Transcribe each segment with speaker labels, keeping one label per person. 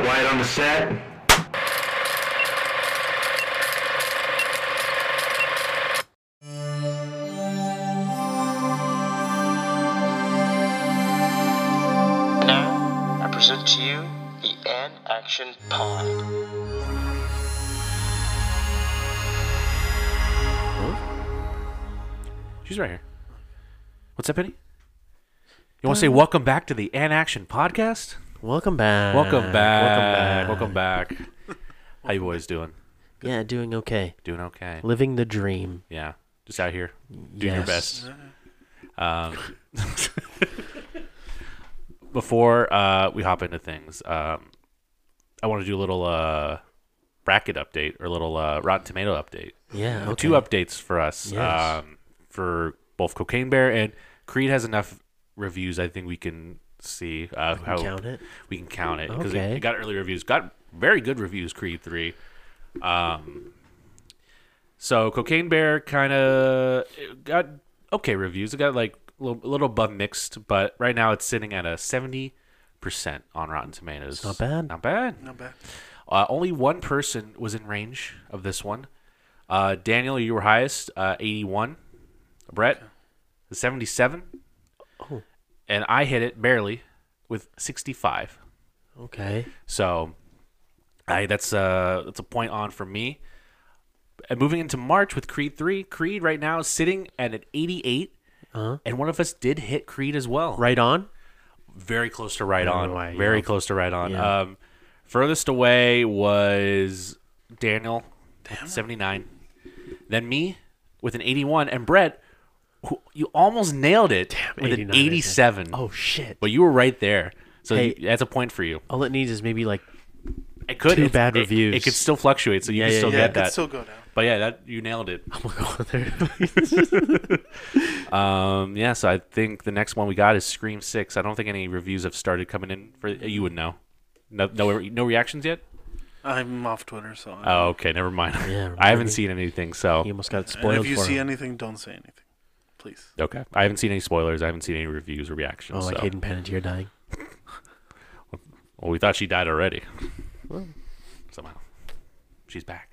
Speaker 1: Wyatt on the set.
Speaker 2: Now, I present to you the An Action Pod.
Speaker 3: She's right here. What's up, Penny? You
Speaker 4: Uh.
Speaker 3: want to say welcome back to the An Action Podcast?
Speaker 4: Welcome back.
Speaker 3: Welcome back.
Speaker 4: Uh, Welcome back.
Speaker 3: Welcome back. How you boys doing?
Speaker 4: Yeah, doing okay.
Speaker 3: Doing okay.
Speaker 4: Living the dream.
Speaker 3: Yeah, just out here doing your
Speaker 4: Yes.
Speaker 3: best. Um, before uh, we hop into things, um, I want to do a little uh, bracket update or a little uh, Rotten Tomato update.
Speaker 4: Yeah.
Speaker 3: Uh,
Speaker 4: Okay.
Speaker 3: two updates for us
Speaker 4: Yes.
Speaker 3: um, for both Cocaine Bear and Creed has enough reviews. I think we can see uh, how
Speaker 4: count it?
Speaker 3: we can count it because it,
Speaker 4: Okay.
Speaker 3: it got early reviews. Got very good reviews. Creed three. Um, so Cocaine Bear kind of got okay reviews. It got like a little, a little above mixed, but right now it's sitting at a seventy percent on Rotten Tomatoes.
Speaker 4: not bad.
Speaker 3: Not bad.
Speaker 5: Not bad.
Speaker 3: Uh, only one person was in range of this one. Uh, Daniel, you were highest, uh, 81. Brett, 77.
Speaker 4: Oh.
Speaker 3: And I hit it barely with 65.
Speaker 4: Okay.
Speaker 3: So I, that's, uh, that's a point on for me. And moving into March with Creed 3, Creed right now is sitting at an 88. And one of us did hit Creed as well
Speaker 4: Uh-huh. Right on.
Speaker 3: very close to right
Speaker 4: don't
Speaker 3: on.
Speaker 4: know why,
Speaker 3: very
Speaker 4: yeah.
Speaker 3: close to right on.
Speaker 4: Yeah.
Speaker 3: Um, furthest away was Daniel, seventy nine. Then me with an eighty one, and Brett, who you almost nailed it with
Speaker 4: 89, I
Speaker 3: an
Speaker 4: think.
Speaker 3: eighty seven.
Speaker 4: Oh shit.
Speaker 3: but you were right there. So
Speaker 4: Hey.
Speaker 3: you, that's a point for you.
Speaker 4: All it needs is maybe like
Speaker 3: It could
Speaker 4: Two
Speaker 3: it-
Speaker 4: bad
Speaker 3: it- It,
Speaker 4: reviews.
Speaker 3: could still fluctuate, so you
Speaker 4: Yeah,
Speaker 3: can
Speaker 4: yeah,
Speaker 3: still
Speaker 4: yeah.
Speaker 5: Yeah,
Speaker 3: get
Speaker 5: it could
Speaker 3: that.
Speaker 5: still go down.
Speaker 3: but yeah, that you nailed it.
Speaker 4: I'm gonna go there.
Speaker 3: Um, yeah, so I think the next one we got is Scream Six. I don't think any reviews have started coming in for you would know. No, no, no reactions yet.
Speaker 5: I'm off Twitter, so. I-
Speaker 3: Oh, okay. Never mind.
Speaker 4: Yeah,
Speaker 3: I haven't
Speaker 4: maybe.
Speaker 3: seen anything, so
Speaker 4: you almost got it
Speaker 5: and
Speaker 3: Oh,
Speaker 4: spoiled
Speaker 5: if you
Speaker 4: for
Speaker 5: see
Speaker 4: him.
Speaker 5: anything, don't say anything, please.
Speaker 3: okay. I haven't seen any spoilers. I haven't seen any reviews or reactions.
Speaker 4: Oh, like
Speaker 3: so.
Speaker 4: Hayden Panettiere dying.
Speaker 3: Well, we thought she died already. Somehow, she's back.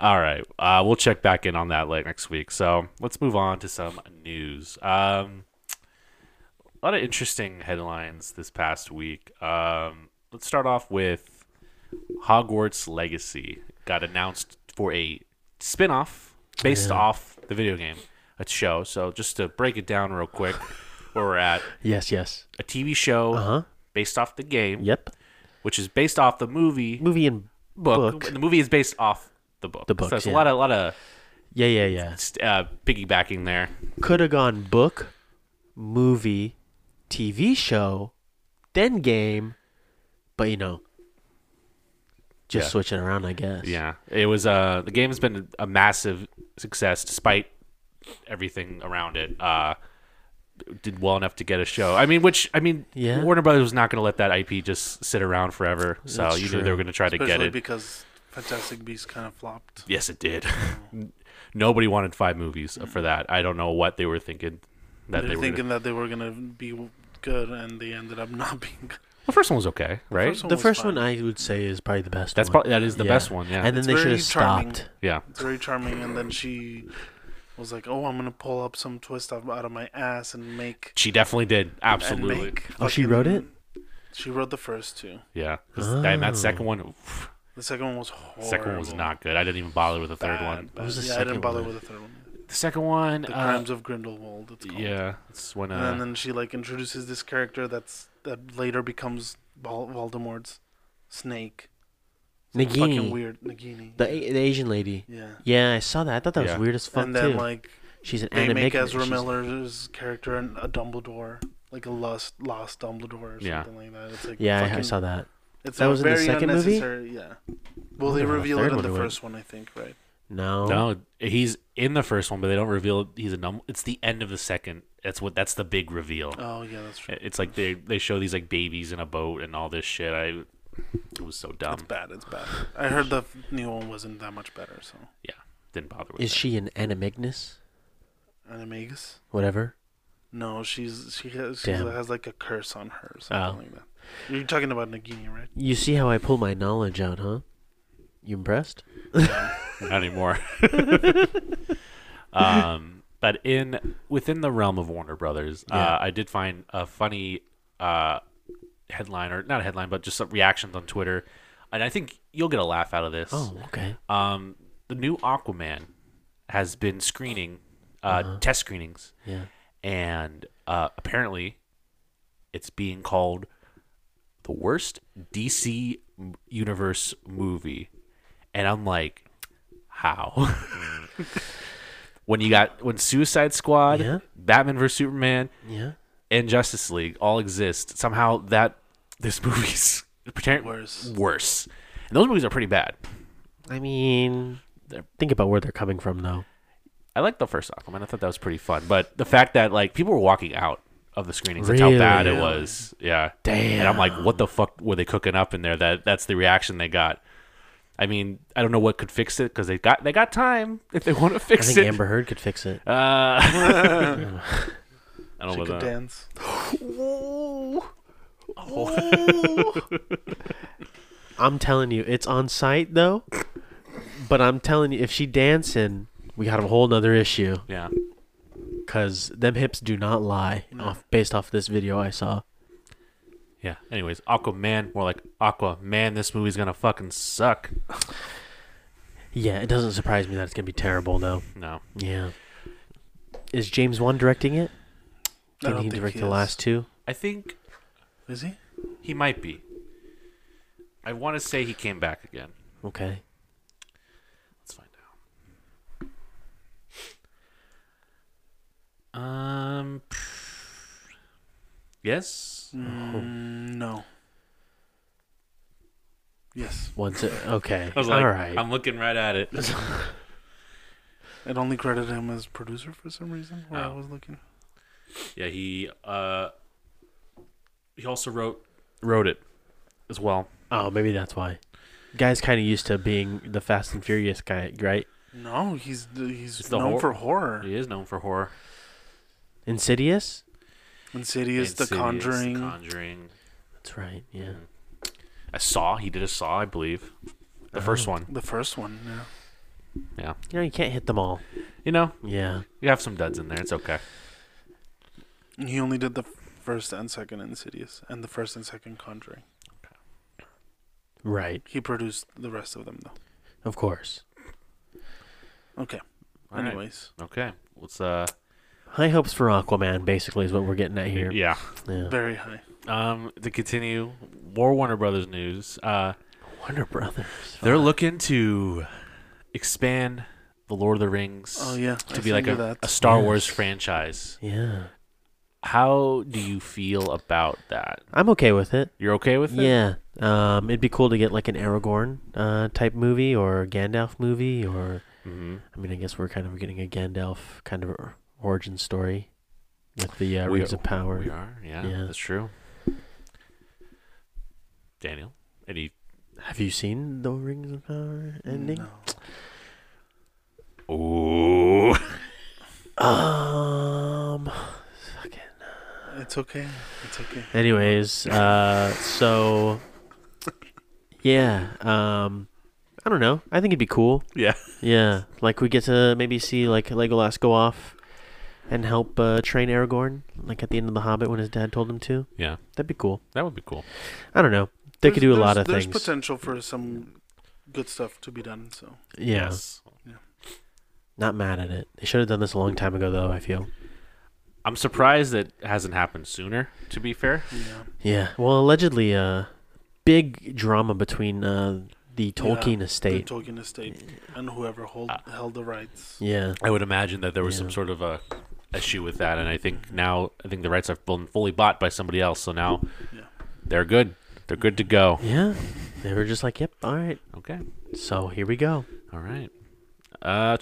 Speaker 3: All right, uh, we'll check back in on that like next week. So let's move on to some news. Um, a lot of interesting headlines this past week. Um, let's start off with Hogwarts Legacy got announced for a spin-off based off the video game, a show. So just to break it down real quick, where we're at,
Speaker 4: Yes. Yes.
Speaker 3: a TV show
Speaker 4: Uh-huh.
Speaker 3: based off the game,
Speaker 4: Yep.
Speaker 3: which is based off the movie
Speaker 4: Movie and
Speaker 3: book.
Speaker 4: book.
Speaker 3: And the movie is based off the book.
Speaker 4: The books,
Speaker 3: So it's a
Speaker 4: yeah.
Speaker 3: lot of lot of
Speaker 4: Yeah. Yeah. Yeah.
Speaker 3: uh, piggybacking there.
Speaker 4: Could have gone book, movie, TV show, then game, but you know, just
Speaker 3: Yeah.
Speaker 4: switching around, I guess.
Speaker 3: Yeah, it was. Uh, the game has been a massive success despite everything around it. Uh, did well enough to get a show. I mean, which I mean,
Speaker 4: Yeah.
Speaker 3: Warner Brothers was not going to let that IP just sit around forever. So
Speaker 4: That's
Speaker 3: you knew
Speaker 4: true.
Speaker 3: they were going to try to get
Speaker 5: Especially
Speaker 3: it.
Speaker 5: because Fantastic Beasts kind of flopped.
Speaker 3: Yes, it did. Nobody wanted five movies for that. I don't know what they were thinking that
Speaker 5: They
Speaker 3: they were.
Speaker 5: were
Speaker 3: gonna-
Speaker 5: thinking that they were going to be good, and they ended up not being good.
Speaker 3: The first one was okay, right?
Speaker 5: first one
Speaker 4: The
Speaker 5: was
Speaker 4: first
Speaker 5: fine.
Speaker 4: one I would say is probably the best.
Speaker 3: That's
Speaker 4: one.
Speaker 3: probably that is the
Speaker 4: Yeah.
Speaker 3: best one. Yeah.
Speaker 4: And then
Speaker 5: It's
Speaker 4: they should
Speaker 5: very
Speaker 4: have
Speaker 5: charming.
Speaker 4: stopped.
Speaker 3: yeah.
Speaker 5: It's very charming, and then she was like, oh, I'm going to pull up some twist out out of my ass and make.
Speaker 3: She definitely did.
Speaker 5: and
Speaker 3: Absolutely.
Speaker 5: make
Speaker 4: Oh, she wrote it?
Speaker 5: fucking- She wrote the first two.
Speaker 3: Yeah. 'Cause th- And that second one, oof,
Speaker 5: The second one was horrible.
Speaker 3: second one was not good. I didn't even bother with the third
Speaker 5: Bad,
Speaker 3: one.
Speaker 5: bad.
Speaker 4: was the
Speaker 5: yeah, I didn't
Speaker 4: second
Speaker 5: bother
Speaker 4: one?
Speaker 5: with the third one.
Speaker 3: The second one,
Speaker 5: The
Speaker 3: uh,
Speaker 5: Crimes of Grindelwald. It's called.
Speaker 3: yeah, it's when
Speaker 4: Uh-huh.
Speaker 5: and then,
Speaker 3: uh,
Speaker 5: then she like introduces this character that's that later becomes Vol- Voldemort's snake. Fucking
Speaker 4: Nagini,
Speaker 5: weird, Nagini.
Speaker 4: the, A- the Asian lady.
Speaker 5: yeah.
Speaker 4: Yeah, I saw that. I thought that
Speaker 3: Yeah.
Speaker 4: was weird as fuck
Speaker 5: And then
Speaker 4: too.
Speaker 5: like
Speaker 4: she's an
Speaker 5: they
Speaker 4: anime.
Speaker 5: make Ezra
Speaker 4: she's-
Speaker 5: Miller's character an, a Dumbledore, like a lost lost Dumbledore or
Speaker 3: Yeah.
Speaker 5: something like that. It's like
Speaker 4: Yeah, I- I
Speaker 5: fucking-
Speaker 4: saw that.
Speaker 5: It's
Speaker 4: That
Speaker 5: a
Speaker 4: was in the
Speaker 5: very
Speaker 4: second movie?
Speaker 5: unnecessary- Yeah. Well,
Speaker 4: wonder
Speaker 5: they
Speaker 4: how the
Speaker 5: reveal
Speaker 4: third
Speaker 5: it in
Speaker 4: one
Speaker 5: the
Speaker 4: went.
Speaker 5: first one, I think, right?
Speaker 4: No.
Speaker 3: no, he's in the first one, but they don't reveal he's a num. It's the end of the second. That's what. That's the big reveal.
Speaker 5: Oh yeah, that's true.
Speaker 3: It- It's like they they show these like babies in a boat and all this shit. I it was so dumb.
Speaker 5: It's bad. It's bad. I heard the f- new one wasn't that much better. So
Speaker 3: Yeah, didn't bother with
Speaker 4: Is
Speaker 3: it.
Speaker 4: she an animagus?
Speaker 5: Animagus?
Speaker 4: Whatever.
Speaker 5: No, she's she has, she
Speaker 4: Damn.
Speaker 5: has like a curse on her or something
Speaker 4: Oh.
Speaker 5: like that. You're talking about Nagini, right?
Speaker 4: You see how I pull my knowledge out, huh? You impressed?
Speaker 3: not anymore. um, but in within the realm of Warner Brothers, uh,
Speaker 4: Yeah.
Speaker 3: I did find a funny uh, headline or not a headline, but just some reactions on Twitter, and I think you'll get a laugh out of this.
Speaker 4: Oh, okay.
Speaker 3: Um, the new Aquaman has been screening uh,
Speaker 4: Uh-huh.
Speaker 3: test screenings,
Speaker 4: Yeah.
Speaker 3: and uh, apparently, it's being called the worst DC m- universe movie, and I'm like, how? when you got when Suicide Squad,
Speaker 4: Yeah.
Speaker 3: Batman vs Superman,
Speaker 4: Yeah.
Speaker 3: and Justice League all exist, somehow that this movie's pretend-
Speaker 5: Worse.
Speaker 3: worse, and those movies are pretty bad.
Speaker 4: I mean, think about where they're coming from, though.
Speaker 3: I liked the first Aquaman. I thought that was pretty fun. But the fact that like people were walking out of the screenings, that's how
Speaker 4: Really?
Speaker 3: bad it was. Yeah.
Speaker 4: Damn.
Speaker 3: And I'm like, what the fuck were they cooking up in there? That that's the reaction they got. I mean, I don't know what could fix it because they got they got time if they want to
Speaker 4: I
Speaker 3: fix
Speaker 4: think
Speaker 3: it.
Speaker 4: Amber Heard could fix it.
Speaker 3: uh, I don't know
Speaker 5: She could
Speaker 3: Oh, about that.
Speaker 5: dance.
Speaker 4: I'm telling you, it's on site though. But I'm telling you, if she dancing, we got a whole nother issue
Speaker 3: Yeah.
Speaker 4: because them hips do not lie. Off based off this video I saw.
Speaker 3: Yeah. Anyways, Aquaman, more like Aquaman. This movie's gonna fucking suck.
Speaker 4: Yeah, it doesn't surprise me that it's gonna be terrible though.
Speaker 3: No.
Speaker 4: Yeah. Is James Wan directing it?
Speaker 5: I
Speaker 4: Did
Speaker 5: don't
Speaker 4: he
Speaker 5: think
Speaker 4: direct
Speaker 5: he
Speaker 4: the
Speaker 5: is.
Speaker 4: last two?
Speaker 3: I think
Speaker 5: Is he?
Speaker 3: he might be. I want to say he came back again.
Speaker 4: Okay.
Speaker 3: Let's find out. Um. Yes.
Speaker 5: Mm, no. Yes.
Speaker 4: Once it, okay.
Speaker 3: I was like,
Speaker 4: All right.
Speaker 3: I'm looking right at it.
Speaker 5: It only credited him as producer for some reason. Where I
Speaker 3: Oh.
Speaker 5: was looking.
Speaker 3: yeah, he uh he also wrote wrote it as well.
Speaker 4: oh, maybe that's why. Guy's kind of used to being the Fast and Furious guy, right?
Speaker 5: No, he's he's
Speaker 3: It's the
Speaker 5: known
Speaker 3: hor-
Speaker 5: for horror.
Speaker 3: He is known for horror.
Speaker 4: Insidious.
Speaker 5: Insidious, The
Speaker 3: Insidious,
Speaker 5: Conjuring.
Speaker 3: The Conjuring.
Speaker 4: That's right. Yeah.
Speaker 3: A Saw. He did a Saw, I believe. The first one.
Speaker 5: the first one, yeah.
Speaker 3: Yeah.
Speaker 4: You know, you can't hit them all.
Speaker 3: You know,
Speaker 4: Yeah.
Speaker 3: you have some duds in there. It's okay.
Speaker 5: And He only did the first and second Insidious and the first and second Conjuring.
Speaker 4: Right.
Speaker 5: He produced the rest of them though.
Speaker 4: Of course.
Speaker 5: Okay.
Speaker 3: All right.
Speaker 5: Anyways,
Speaker 3: Okay. Let's uh.
Speaker 4: High hopes for Aquaman, basically, is what we're getting at here.
Speaker 3: Yeah.
Speaker 4: Yeah.
Speaker 5: very high.
Speaker 3: Um, to continue, more Warner Brothers news. Uh,
Speaker 4: Warner Brothers.
Speaker 3: they're looking to expand the Lord of the Rings
Speaker 5: Oh yeah.
Speaker 3: to be like a,
Speaker 5: that.
Speaker 3: a Star
Speaker 4: Yes.
Speaker 3: Wars franchise.
Speaker 4: Yeah.
Speaker 3: How do you feel about that?
Speaker 4: I'm okay with it.
Speaker 3: You're okay with it?
Speaker 4: Yeah. Um, it'd be cool to get like an Aragorn uh, type movie or a Gandalf movie or
Speaker 3: hmm
Speaker 4: I mean I guess we're kind of getting a Gandalf kind of origin story with the uh,
Speaker 3: We
Speaker 4: Rings
Speaker 3: are-
Speaker 4: of Power.
Speaker 3: We are. Yeah,
Speaker 4: Yeah.
Speaker 3: that's true. Daniel, any?
Speaker 4: Have you seen the Rings of Power ending?
Speaker 5: No.
Speaker 3: Ooh.
Speaker 4: Um.
Speaker 5: It's okay. It's okay.
Speaker 4: Anyways, uh, so yeah, um, I don't know. I think it'd be cool.
Speaker 3: Yeah.
Speaker 4: Yeah, like we get to maybe see like Legolas go off and help uh, train Aragorn, like at the end of The Hobbit when his dad told him to.
Speaker 3: Yeah,
Speaker 4: That'd be cool.
Speaker 3: that would be cool.
Speaker 4: I don't know. They could do a
Speaker 5: There's-
Speaker 4: lot of
Speaker 5: there's
Speaker 4: things.
Speaker 5: There's potential for some good stuff to be done. So
Speaker 4: yeah,
Speaker 3: Yes.
Speaker 4: not mad at it. They should have done this a long time ago, though. I feel.
Speaker 3: I'm surprised that hasn't happened sooner. To be fair.
Speaker 5: yeah.
Speaker 4: Yeah. Well, allegedly, uh, big drama between uh, the Tolkien
Speaker 5: Yeah,
Speaker 4: estate.
Speaker 5: The Tolkien estate and whoever hold,
Speaker 3: Uh,
Speaker 5: held the rights.
Speaker 4: yeah.
Speaker 3: I would imagine that there was some
Speaker 4: Yeah.
Speaker 3: sort of a issue with that, and I think now I think the rights have been fully bought by somebody else, so now
Speaker 5: Yeah.
Speaker 3: they're good. They're good to go.
Speaker 4: Yeah. They were just like, "Yep, all right."
Speaker 3: Okay,
Speaker 4: So here we go.
Speaker 3: all right. Uh,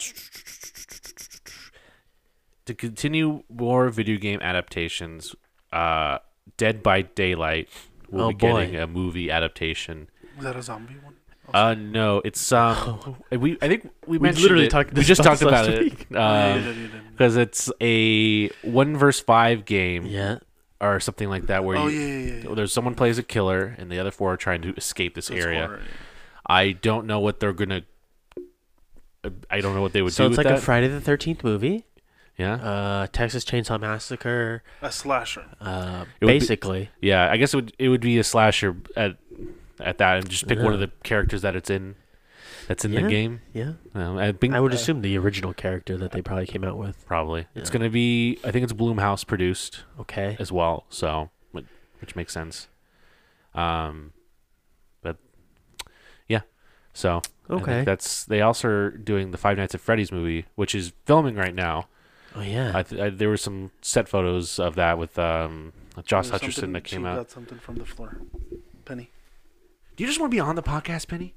Speaker 3: to continue more video game adaptations, uh, Dead by Daylight will
Speaker 4: Oh,
Speaker 3: be
Speaker 4: boy.
Speaker 3: getting a movie adaptation.
Speaker 5: Is that a zombie one?
Speaker 3: Uh, no, it's um, we I think we,
Speaker 4: We
Speaker 3: mentioned
Speaker 4: literally
Speaker 3: it.
Speaker 4: talked
Speaker 3: we
Speaker 4: this
Speaker 3: just
Speaker 4: about
Speaker 3: talked
Speaker 4: this
Speaker 3: about
Speaker 4: last
Speaker 3: it
Speaker 4: week.
Speaker 5: Yeah,
Speaker 3: because
Speaker 5: you did, you did.
Speaker 3: it's a one verse five game
Speaker 4: Yeah.
Speaker 3: or something like that where
Speaker 5: Oh
Speaker 3: you,
Speaker 5: yeah, yeah, yeah. yeah.
Speaker 3: there's someone plays a killer and the other four are trying to escape this
Speaker 5: That's
Speaker 3: area.
Speaker 5: horror.
Speaker 3: I don't know what they're gonna. I don't know what they would
Speaker 4: So
Speaker 3: do
Speaker 4: it's
Speaker 3: with
Speaker 4: like a
Speaker 3: that.
Speaker 4: Friday the Thirteenth movie.
Speaker 3: yeah,
Speaker 4: Uh, Texas Chainsaw Massacre.
Speaker 5: A slasher.
Speaker 4: Uh,
Speaker 3: It would be-
Speaker 4: basically.
Speaker 3: yeah. I guess it would it would be a slasher at at that and just pick one of the characters that it's in. That's in
Speaker 4: Yeah.
Speaker 3: the game.
Speaker 4: yeah.
Speaker 3: Um, I think
Speaker 4: I
Speaker 5: Uh,
Speaker 4: would assume the original character that they probably came out with.
Speaker 3: probably it's
Speaker 4: Yeah.
Speaker 3: gonna be. I think it's Bloomhouse produced.
Speaker 4: Okay.
Speaker 3: as well, so which, which makes sense. Um, but yeah, so I think
Speaker 4: Okay.
Speaker 3: that's they also are doing the Five Nights at Freddy's movie, which is filming right now.
Speaker 4: Oh yeah.
Speaker 3: I, th- I there were some set photos of that with um Josh
Speaker 5: There's
Speaker 3: Hutcherson
Speaker 5: something-
Speaker 3: that came
Speaker 5: she
Speaker 3: out.
Speaker 5: Got something from the floor. Penny.
Speaker 3: Do you just want to be on the podcast, Penny?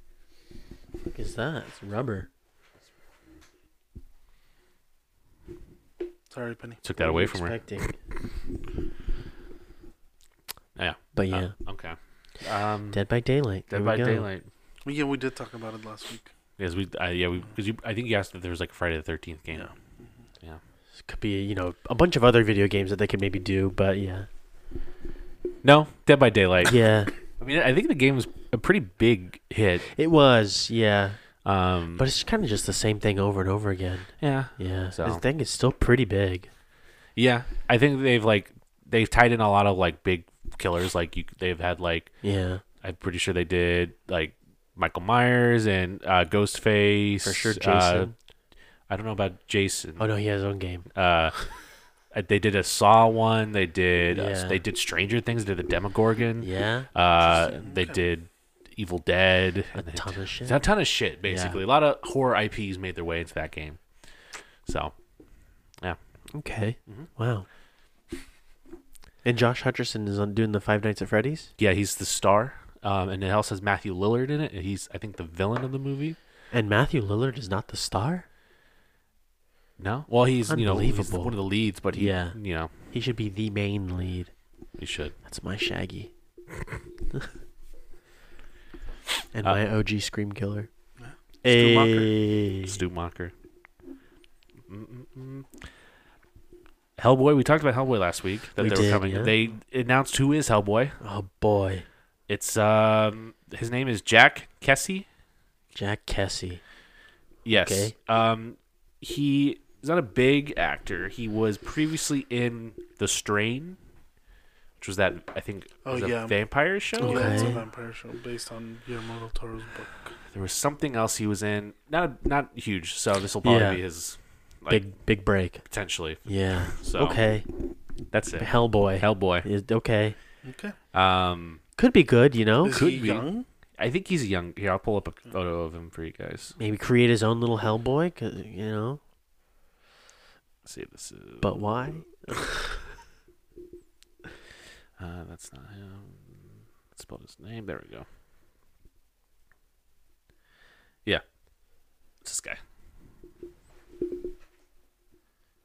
Speaker 4: What is that? It's rubber.
Speaker 5: Sorry, Penny.
Speaker 3: Took that away from her.
Speaker 4: her.
Speaker 3: Yeah.
Speaker 4: But yeah,
Speaker 3: Uh, okay. Um,
Speaker 4: Dead by Daylight. There
Speaker 3: Dead
Speaker 4: we
Speaker 3: by
Speaker 4: go.
Speaker 3: Daylight.
Speaker 5: Well, Yeah, we did talk about it last week.
Speaker 3: Yes, we. I yeah, we because you. I think you asked if there was like a Friday the Thirteenth game.
Speaker 5: Yeah.
Speaker 4: Could be you know a bunch of other video games that they could maybe do, but yeah,
Speaker 3: No, Dead by Daylight.
Speaker 4: yeah,
Speaker 3: I mean, I think the game was a pretty big hit.
Speaker 4: it was yeah,
Speaker 3: Um,
Speaker 4: but it's kind of just the same thing over and over again.
Speaker 3: yeah,
Speaker 4: Yeah,
Speaker 3: So-
Speaker 4: this thing is still pretty big.
Speaker 3: Yeah, I think they've like they've tied in a lot of like big killers. Like you, they've had like
Speaker 4: Yeah,
Speaker 3: I'm pretty sure they did like Michael Myers and uh, Ghostface
Speaker 4: for sure.
Speaker 3: uh,
Speaker 4: Jason.
Speaker 3: I don't know about Jason.
Speaker 4: oh no, he has his own game.
Speaker 3: Uh, they did a Saw one. They did
Speaker 4: Yeah.
Speaker 3: uh, they did Stranger Things. They did the Demogorgon.
Speaker 4: Yeah,
Speaker 3: Uh, they
Speaker 5: Okay.
Speaker 3: did Evil Dead.
Speaker 4: a
Speaker 3: and they
Speaker 4: ton of shit.
Speaker 3: it's a ton of shit, basically. A lot of horror IPs made their way into that game. So,
Speaker 4: okay, wow. Mm-hmm. And Josh Hutcherson is on doing the Five Nights at Freddy's.
Speaker 3: Yeah, he's the star, um, and it also has Matthew Lillard in it. and He's I think the villain of the movie.
Speaker 4: And Matthew Lillard is not the star.
Speaker 3: No, well he's you know he's
Speaker 4: Unbelievable.
Speaker 3: one of the leads, but he,
Speaker 4: Yeah.
Speaker 3: you know
Speaker 4: He should be the main lead.
Speaker 3: he should.
Speaker 4: That's my Shaggy. and
Speaker 3: Uh,
Speaker 4: my OG Scream Killer.
Speaker 5: Stu Mocker.
Speaker 4: Ayy.
Speaker 3: Stu Mocker. Mm-mm-mm. Hellboy. We talked about Hellboy last week that
Speaker 4: We
Speaker 3: they
Speaker 4: did,
Speaker 3: were coming.
Speaker 4: yeah.
Speaker 3: They announced who is Hellboy.
Speaker 4: Oh boy.
Speaker 3: It's um his name is Jack Kessie.
Speaker 4: Jack Kessie.
Speaker 3: Yes.
Speaker 4: Okay.
Speaker 3: Um, he is not a big actor. He was previously in The Strain, which was that I think
Speaker 5: Oh,
Speaker 3: was
Speaker 5: yeah.
Speaker 3: a vampire show.
Speaker 5: Oh, Yeah, it's a
Speaker 4: Okay.
Speaker 5: vampire show based on Guillermo del Toro's book.
Speaker 3: There was something else he was in. Not not huge. So this will probably
Speaker 4: Yeah.
Speaker 3: be his like
Speaker 4: big big break.
Speaker 3: potentially.
Speaker 4: Yeah.
Speaker 3: So
Speaker 4: okay.
Speaker 3: that's it.
Speaker 4: Hellboy.
Speaker 3: Hellboy.
Speaker 4: Is- okay.
Speaker 5: Okay.
Speaker 3: Um,
Speaker 4: Could be good, you know?
Speaker 5: Is
Speaker 3: Oh, could
Speaker 5: he
Speaker 3: be.
Speaker 5: young?
Speaker 3: I think he's young. Here, I'll pull up a photo of him for you guys.
Speaker 4: Maybe create his own little Hellboy, 'cause, you know?
Speaker 3: Let's see if this is.
Speaker 4: But why?
Speaker 3: Uh, that's not him. Let's spell his name. There we go. Yeah. It's this guy.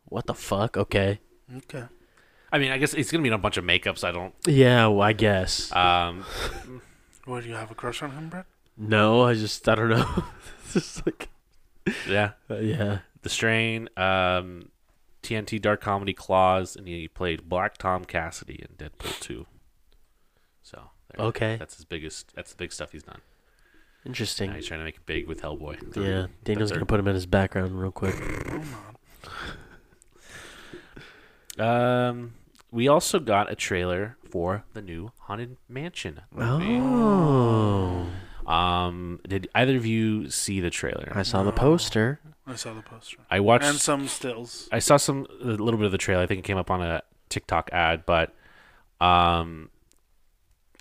Speaker 4: What the fuck? Okay.
Speaker 5: Okay.
Speaker 3: I mean, I guess it's going to be in a bunch of makeups. I don't.
Speaker 4: Yeah, well, I guess.
Speaker 3: Um,
Speaker 5: What do you have a crush on him, Brett?
Speaker 4: no, I just I don't know. it's just like
Speaker 3: yeah.
Speaker 4: uh, yeah.
Speaker 3: The Strain, um, TNT Dark Comedy Claws, and he played Black Tom Cassidy in Deadpool 2. So. there.
Speaker 4: Okay.
Speaker 3: That's his biggest. That's the big stuff he's done. Now
Speaker 4: Interesting.
Speaker 3: he's trying to make it big with Hellboy.
Speaker 4: Yeah, Daniel's
Speaker 3: third.
Speaker 4: gonna put him in his background real quick.
Speaker 3: Um, we also got a trailer for the new Haunted Mansion movie.
Speaker 4: Oh,
Speaker 3: Um, did either of you see the
Speaker 4: I
Speaker 3: trailer?
Speaker 4: saw the poster.
Speaker 5: I saw the poster.
Speaker 3: I watched.
Speaker 5: And some stills.
Speaker 3: I saw some a little bit of the trailer. I think it came up on a TikTok ad, but um,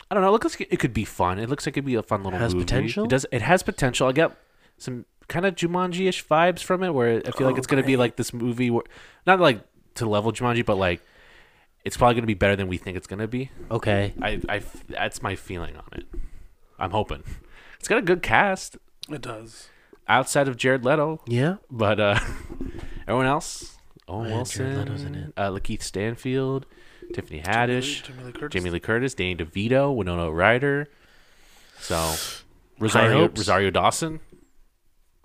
Speaker 3: I don't know. It looks like it could be fun. It looks like it'd be a fun little
Speaker 4: Has
Speaker 3: movie.
Speaker 4: potential?
Speaker 3: It does. It has potential. I got some kind of Jumanji-ish vibes from it, where I feel like
Speaker 4: Oh,
Speaker 3: it's gonna be like this movie, where, not like to level Jumanji, but like it's probably gonna be better than we think it's gonna be.
Speaker 4: Okay,
Speaker 3: I, I f- that's my feeling on it. I'm hoping it's got a good cast
Speaker 5: It does.
Speaker 3: outside of Jared Leto,
Speaker 4: yeah,
Speaker 3: but uh, everyone else, Owen
Speaker 4: Man, Jared Leto's in
Speaker 3: Wilson, uh, Lakeith Stanfield, Tiffany Haddish,
Speaker 5: Jamie Lee Curtis.
Speaker 3: Jamie Lee Curtis, Danny DeVito, Winona Ryder. So Rosario
Speaker 4: hopes.
Speaker 3: Rosario Dawson.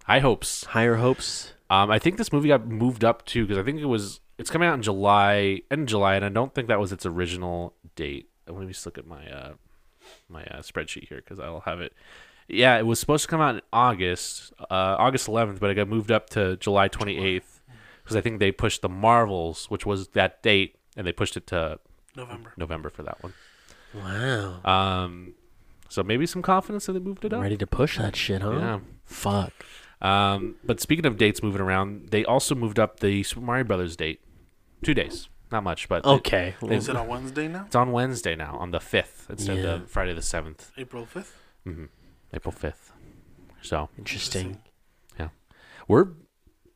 Speaker 3: High hopes.
Speaker 4: Higher hopes.
Speaker 3: Um, I think this movie got moved up too because I think it was it's coming out in July, end of July, and I don't think that was its original date. Let me just look at my uh, my uh, spreadsheet here because I'll have it. Yeah, it was supposed to come out in August, uh, August 11th, but it got moved up to July 28th because I think they pushed the Marvels, which was that date, and they pushed it to
Speaker 5: November.
Speaker 3: November for that one.
Speaker 4: Wow.
Speaker 3: Um, so maybe some confidence that they moved it up.
Speaker 4: Ready to push that shit, huh?
Speaker 3: Yeah.
Speaker 4: Fuck.
Speaker 3: Um, but speaking of dates moving around, they also moved up the Super Mario Brothers date. Two days, not much, but
Speaker 4: Okay.
Speaker 3: they-
Speaker 5: Is it on Wednesday now?
Speaker 3: it's on Wednesday now, on the fifth instead
Speaker 4: Yeah.
Speaker 3: of Friday the seventh,
Speaker 5: April 5th?
Speaker 3: April fifth. So
Speaker 4: Interesting.
Speaker 3: we're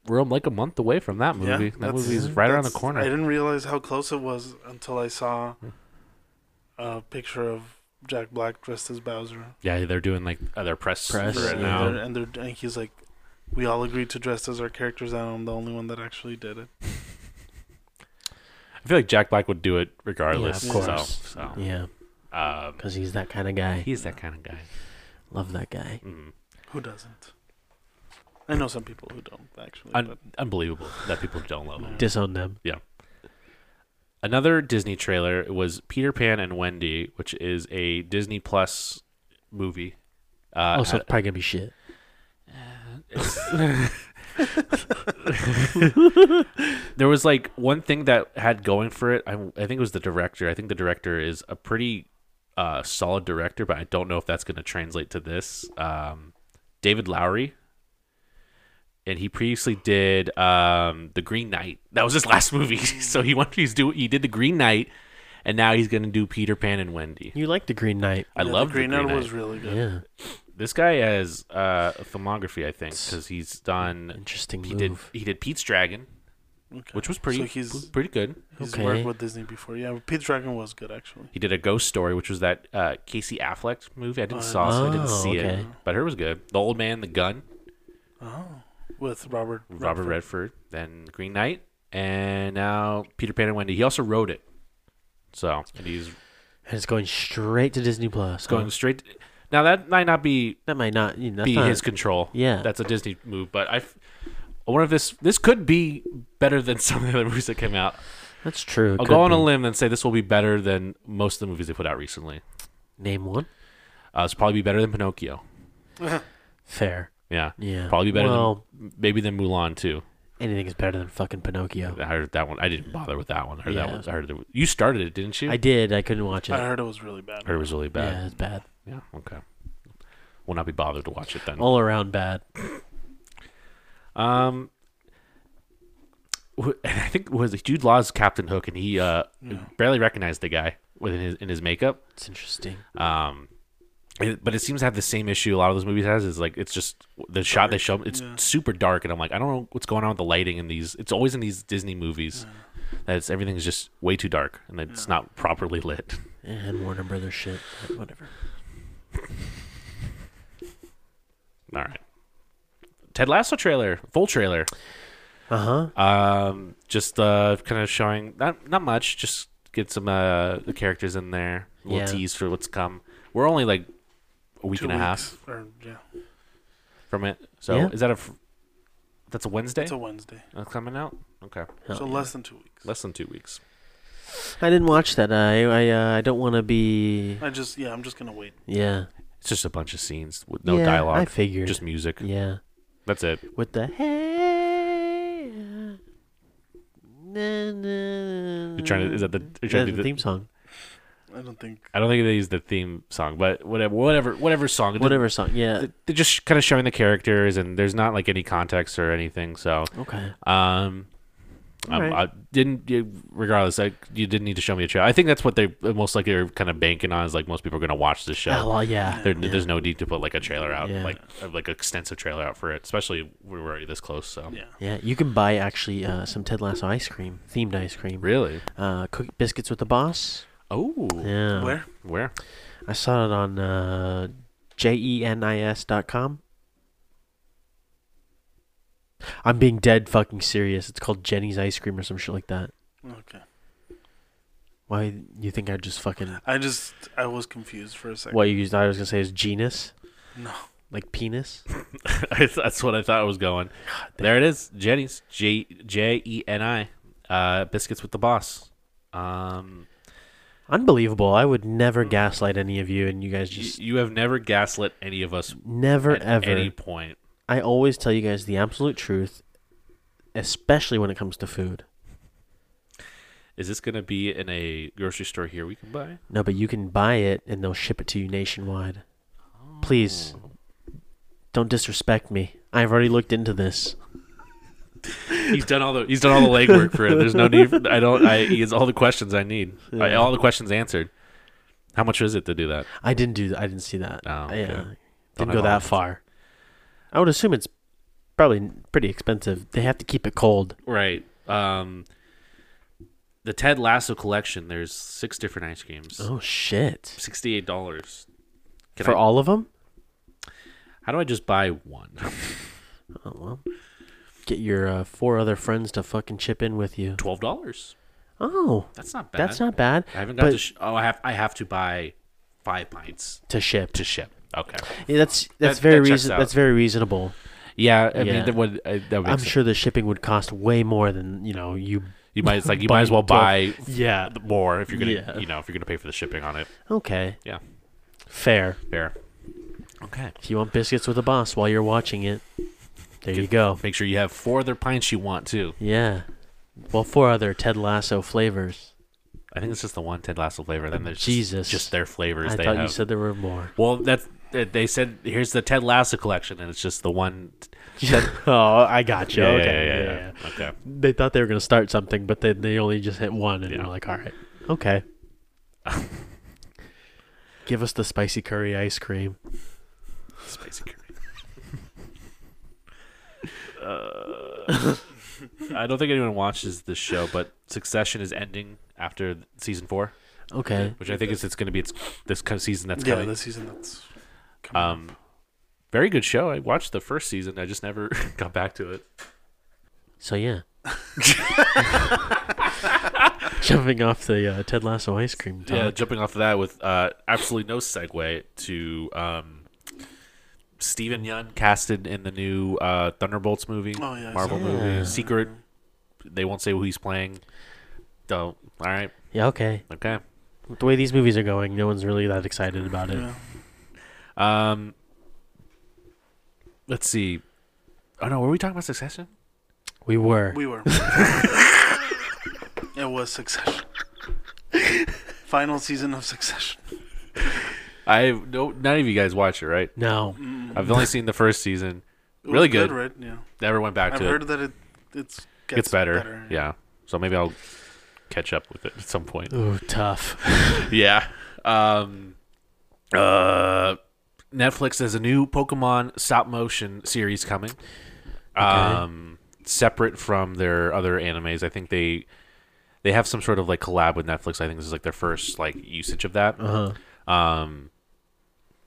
Speaker 3: we're like a month away from that movie. that
Speaker 5: that's-
Speaker 3: movie's right around the
Speaker 5: that's-
Speaker 3: corner.
Speaker 5: I didn't realize how close it was until I saw a picture of Jack Black dressed as Bowser.
Speaker 3: yeah, they're doing like uh, their press,
Speaker 4: Press,
Speaker 3: right
Speaker 4: yeah.
Speaker 3: now.
Speaker 5: And, they're, and, they're, and he's like, we all agreed to dress as our characters, and I'm the only one that actually did it.
Speaker 3: I feel like Jack Black would do it regardless.
Speaker 4: of
Speaker 3: so-
Speaker 4: course.
Speaker 3: So,
Speaker 4: Yeah,
Speaker 3: um,
Speaker 4: because he's that kind of guy.
Speaker 3: he's that kind of guy.
Speaker 4: Love that guy.
Speaker 3: Mm.
Speaker 5: Who doesn't? I know some people who don't actually.
Speaker 3: Un-
Speaker 5: but
Speaker 3: unbelievable that people don't love him.
Speaker 4: Disown them.
Speaker 3: another Disney trailer was Peter Pan and Wendy, which is a Disney Plus movie. Uh,
Speaker 4: oh, so
Speaker 3: uh,
Speaker 4: it's probably gonna be shit.
Speaker 3: there was like one thing that had going for it. I, I think it was the director. I think the director is a pretty uh, solid director, but I don't know if that's going to translate to this. Um, David Lowry. And he previously did um, the Green Knight. That was his last movie. so he went, he's do he did the Green Knight, and now he's going to do Peter Pan and Wendy.
Speaker 4: You like the Green Knight?
Speaker 3: I
Speaker 5: Yeah,
Speaker 3: love
Speaker 5: the Green
Speaker 3: the Green
Speaker 5: Knight
Speaker 3: Knight.
Speaker 5: was really good.
Speaker 4: Yeah,
Speaker 3: This guy has uh, a filmography, I think, because he's done.
Speaker 4: interesting
Speaker 3: He
Speaker 4: move.
Speaker 3: did. He did Pete's Dragon,
Speaker 5: Okay.
Speaker 3: which was pretty.
Speaker 5: So he's-
Speaker 3: pretty good.
Speaker 5: He's
Speaker 4: Okay.
Speaker 5: worked with Disney before. Yeah, Pete's Dragon was good actually.
Speaker 3: He did a Ghost Story, which was that uh, Casey Affleck movie. I didn't
Speaker 5: Oh,
Speaker 3: saw, so I didn't
Speaker 4: Oh,
Speaker 3: see it,
Speaker 4: okay.
Speaker 3: but her was good. The Old Man, the Gun,
Speaker 5: Oh, with Robert.
Speaker 3: Robert Redford, then Green Knight, and now Peter Pan and Wendy. He also wrote it, so and he's
Speaker 4: and it's going straight to Disney Plus. huh?
Speaker 3: going straight. now that might not be
Speaker 4: That might not. You know, that's
Speaker 3: be
Speaker 4: not-
Speaker 3: his control.
Speaker 4: Yeah.
Speaker 3: that's a Disney move, but I. f- I wonder if this this could be better than some of the movies that came out.
Speaker 4: That's true. it
Speaker 3: I'll
Speaker 4: could
Speaker 3: go on a
Speaker 4: be.
Speaker 3: limb and say this will be better than most of the movies they put out recently.
Speaker 4: Name one.
Speaker 3: Uh, it's probably be better than Pinocchio.
Speaker 4: Fair.
Speaker 3: Yeah,
Speaker 4: Yeah.
Speaker 3: probably better
Speaker 4: Well-
Speaker 3: than maybe than Mulan too.
Speaker 4: Anything is better than fucking Pinocchio.
Speaker 3: I heard that one. I didn't bother with that one. I heard that
Speaker 4: Yeah.
Speaker 3: one. I heard it, you started it, didn't you?
Speaker 4: I did. I couldn't watch it.
Speaker 5: I heard it was really bad.
Speaker 3: heard it was really
Speaker 4: yeah,
Speaker 3: bad.
Speaker 4: it's bad.
Speaker 3: Yeah. Okay. Will not be bothered to watch it then.
Speaker 4: All around bad.
Speaker 3: Um, wh- and I think was Jude Law's Captain Hook, and he uh, barely recognized the guy within his in his makeup.
Speaker 4: It's interesting.
Speaker 3: Um, it- but it seems to have the same issue a lot of those movies has is like it's just the shot they show. It's
Speaker 5: yeah.
Speaker 3: super dark, and I'm like, I don't know what's going on with the lighting in these. It's always in these Disney movies that it's everything's just way too dark and it's not properly lit.
Speaker 4: And Warner Brothers shit. but Whatever.
Speaker 3: All right, Ted Lasso trailer, full trailer.
Speaker 4: Uh huh.
Speaker 3: Um, just uh, kind of showing not not much. Just get some uh the characters in there. A little
Speaker 4: Yeah.
Speaker 3: tease for what's come. We're only like a week
Speaker 5: Two
Speaker 3: and a half
Speaker 5: weeks, Or, yeah,
Speaker 3: from it. So
Speaker 4: Yeah.
Speaker 3: is that a? fr- That's a Wednesday.
Speaker 5: it's a Wednesday,
Speaker 3: That's coming out. Okay.
Speaker 5: so less than two weeks.
Speaker 3: Less than two weeks.
Speaker 4: I didn't watch that. I I uh, I don't want to be.
Speaker 5: I just yeah, I'm just gonna wait.
Speaker 4: Yeah.
Speaker 3: It's just a bunch of scenes with no
Speaker 4: Yeah,
Speaker 3: dialogue.
Speaker 4: I figured.
Speaker 3: Just music.
Speaker 4: Yeah.
Speaker 3: That's it.
Speaker 4: With the hey. uh, Na, na,
Speaker 3: You're trying to is that the you're trying
Speaker 4: That's
Speaker 3: to do
Speaker 4: the
Speaker 3: the,
Speaker 4: theme song.
Speaker 5: I don't think
Speaker 3: I don't think they use the theme song, but whatever whatever whatever song. it
Speaker 4: Whatever song. Yeah.
Speaker 3: doesn't- They're just kind of showing the characters and there's not like any context or anything, so
Speaker 4: Okay.
Speaker 3: um um,
Speaker 4: Alright.
Speaker 3: I didn't. you- Regardless, I, you didn't need to show me a trailer. I think that's what they uh, most likely are kind of banking on. Is like most people are going to watch this show.
Speaker 4: Oh, well, yeah.
Speaker 3: There, There's no need to put like a trailer out,
Speaker 4: Yeah.
Speaker 3: like uh, like extensive trailer out for it, especially when we're already this close. So
Speaker 5: yeah.
Speaker 4: Yeah, you can buy actually uh, some Ted Lasso ice cream, themed ice cream.
Speaker 3: really,
Speaker 4: Uh, cook biscuits with the boss.
Speaker 3: oh,
Speaker 4: Yeah.
Speaker 5: Where?
Speaker 3: where?
Speaker 4: I saw it on uh, jenis dot com. I'm being dead fucking serious. It's called Jenny's Ice Cream or some shit like that.
Speaker 5: Okay.
Speaker 4: Why you think I just fucking
Speaker 5: I just I was confused for a second.
Speaker 4: what you thought I was gonna say is genus?
Speaker 5: No.
Speaker 4: Like penis.
Speaker 3: That's what I thought it was going. There it is. Jenny's J J E N I. Uh, biscuits with the boss. Um,
Speaker 4: Unbelievable. I would never gaslight any of you, and you guys
Speaker 3: y-
Speaker 4: just
Speaker 3: you have never gaslit any of us
Speaker 4: never
Speaker 3: at
Speaker 4: ever.
Speaker 3: any point.
Speaker 4: I always tell you guys the absolute truth, especially when it comes to food.
Speaker 3: Is this gonna be in a grocery store here we can buy?
Speaker 4: No, but you can buy it and they'll ship it to you nationwide. Please
Speaker 3: Oh.
Speaker 4: don't disrespect me. I've already looked into this.
Speaker 3: He's done all the he's done all the legwork for it. There's no need. For, I don't. I he has all the questions I need. I, all the questions answered. How much is it to do that?
Speaker 4: I didn't do that. I didn't see that.
Speaker 3: Oh, okay.
Speaker 4: Yeah.
Speaker 3: Don't
Speaker 4: Didn't
Speaker 3: have
Speaker 4: go that
Speaker 3: options.
Speaker 4: far. I would assume it's probably n- pretty expensive. They have to keep it cold.
Speaker 3: Right. Um, the Ted Lasso collection. There's six different ice creams.
Speaker 4: Oh shit.
Speaker 3: Sixty-eight dollars. Can
Speaker 4: For
Speaker 3: I,
Speaker 4: all of them?
Speaker 3: How do I just buy one?
Speaker 4: Oh well. Get your uh, four other friends to fucking chip in with you.
Speaker 3: Twelve dollars.
Speaker 4: Oh,
Speaker 3: That's not bad.
Speaker 4: that's not bad.
Speaker 3: I haven't got
Speaker 4: but
Speaker 3: to. Sh- oh, I have. I have to buy five pints
Speaker 4: to ship.
Speaker 3: to ship. Okay.
Speaker 4: Yeah, that's that's
Speaker 3: That-
Speaker 4: very
Speaker 3: that checks
Speaker 4: reason.
Speaker 3: out.
Speaker 4: That's very reasonable.
Speaker 3: Yeah. I
Speaker 4: Yeah.
Speaker 3: mean, that would. Uh, that makes
Speaker 4: I'm
Speaker 3: sense.
Speaker 4: sure the shipping would cost way more than you know. You
Speaker 3: You might. It's like you might as well buy
Speaker 4: Buying 12 yeah.
Speaker 3: more if you're gonna.
Speaker 4: Yeah.
Speaker 3: You know, if you're gonna pay for the shipping on it.
Speaker 4: Okay,
Speaker 3: Yeah.
Speaker 4: fair.
Speaker 3: Fair. Okay.
Speaker 4: If you want biscuits with a boss while you're watching it, there you go.
Speaker 3: Make sure you have four other pints you want too.
Speaker 4: Yeah. Well, four other Ted Lasso flavors.
Speaker 3: I think it's just the one Ted Lasso flavor. Then there's just-
Speaker 4: Jesus.
Speaker 3: just, their flavors.
Speaker 4: I
Speaker 3: they
Speaker 4: thought
Speaker 3: have.
Speaker 4: you said there were more.
Speaker 3: Well, that's that they said. Here's the Ted Lasso collection, and it's just the one.
Speaker 4: oh, I got you. okay. yeah, yeah.
Speaker 3: Okay.
Speaker 4: They thought they were gonna start something, but then they only just hit one, and
Speaker 3: Yeah.
Speaker 4: they're like, "All right, okay." Give us the spicy curry ice cream.
Speaker 3: Space uh, I don't think anyone watches this show, but Succession is ending after season four,
Speaker 4: Okay.
Speaker 3: which I think is it's going to be its this kind of season that's
Speaker 5: yeah,
Speaker 3: coming.
Speaker 5: this season that's. coming up.
Speaker 3: um, very good show. I watched the first season. I just never got back to it.
Speaker 4: So yeah. Jumping off the uh, Ted Lasso ice cream
Speaker 3: Yeah,
Speaker 4: talk.
Speaker 3: jumping off of that with uh, absolutely no segue to um, Steven Yeun casted in the new uh, Thunderbolts movie,
Speaker 5: Oh, yeah, I
Speaker 3: Marvel
Speaker 5: saw
Speaker 4: that. Yeah.
Speaker 3: movie, secret. They won't say who he's playing. Don't. All right.
Speaker 4: Yeah, okay.
Speaker 3: Okay.
Speaker 4: The way these movies are going, no one's really that excited about it.
Speaker 5: yeah.
Speaker 3: Um, let's see. Oh no, were we talking about Succession?
Speaker 4: We were.
Speaker 5: We were. it was Succession. Final season of Succession.
Speaker 3: I no, none of you guys watch it, right?
Speaker 4: no.
Speaker 3: I've only seen the first season.
Speaker 5: It was
Speaker 3: Really good.
Speaker 5: right? Yeah.
Speaker 3: Never went back
Speaker 5: I've
Speaker 3: to it.
Speaker 5: heard that it it's gets,
Speaker 3: Gets better. Yeah. So maybe I'll catch up with it at some point.
Speaker 4: Ooh, tough.
Speaker 3: yeah. Um, uh, Netflix has a new Pokemon stop motion series coming. Um, separate from their other animes, I think they they have some sort of like collab with Netflix. I think this is like their first like usage of that. Uh-huh. Um,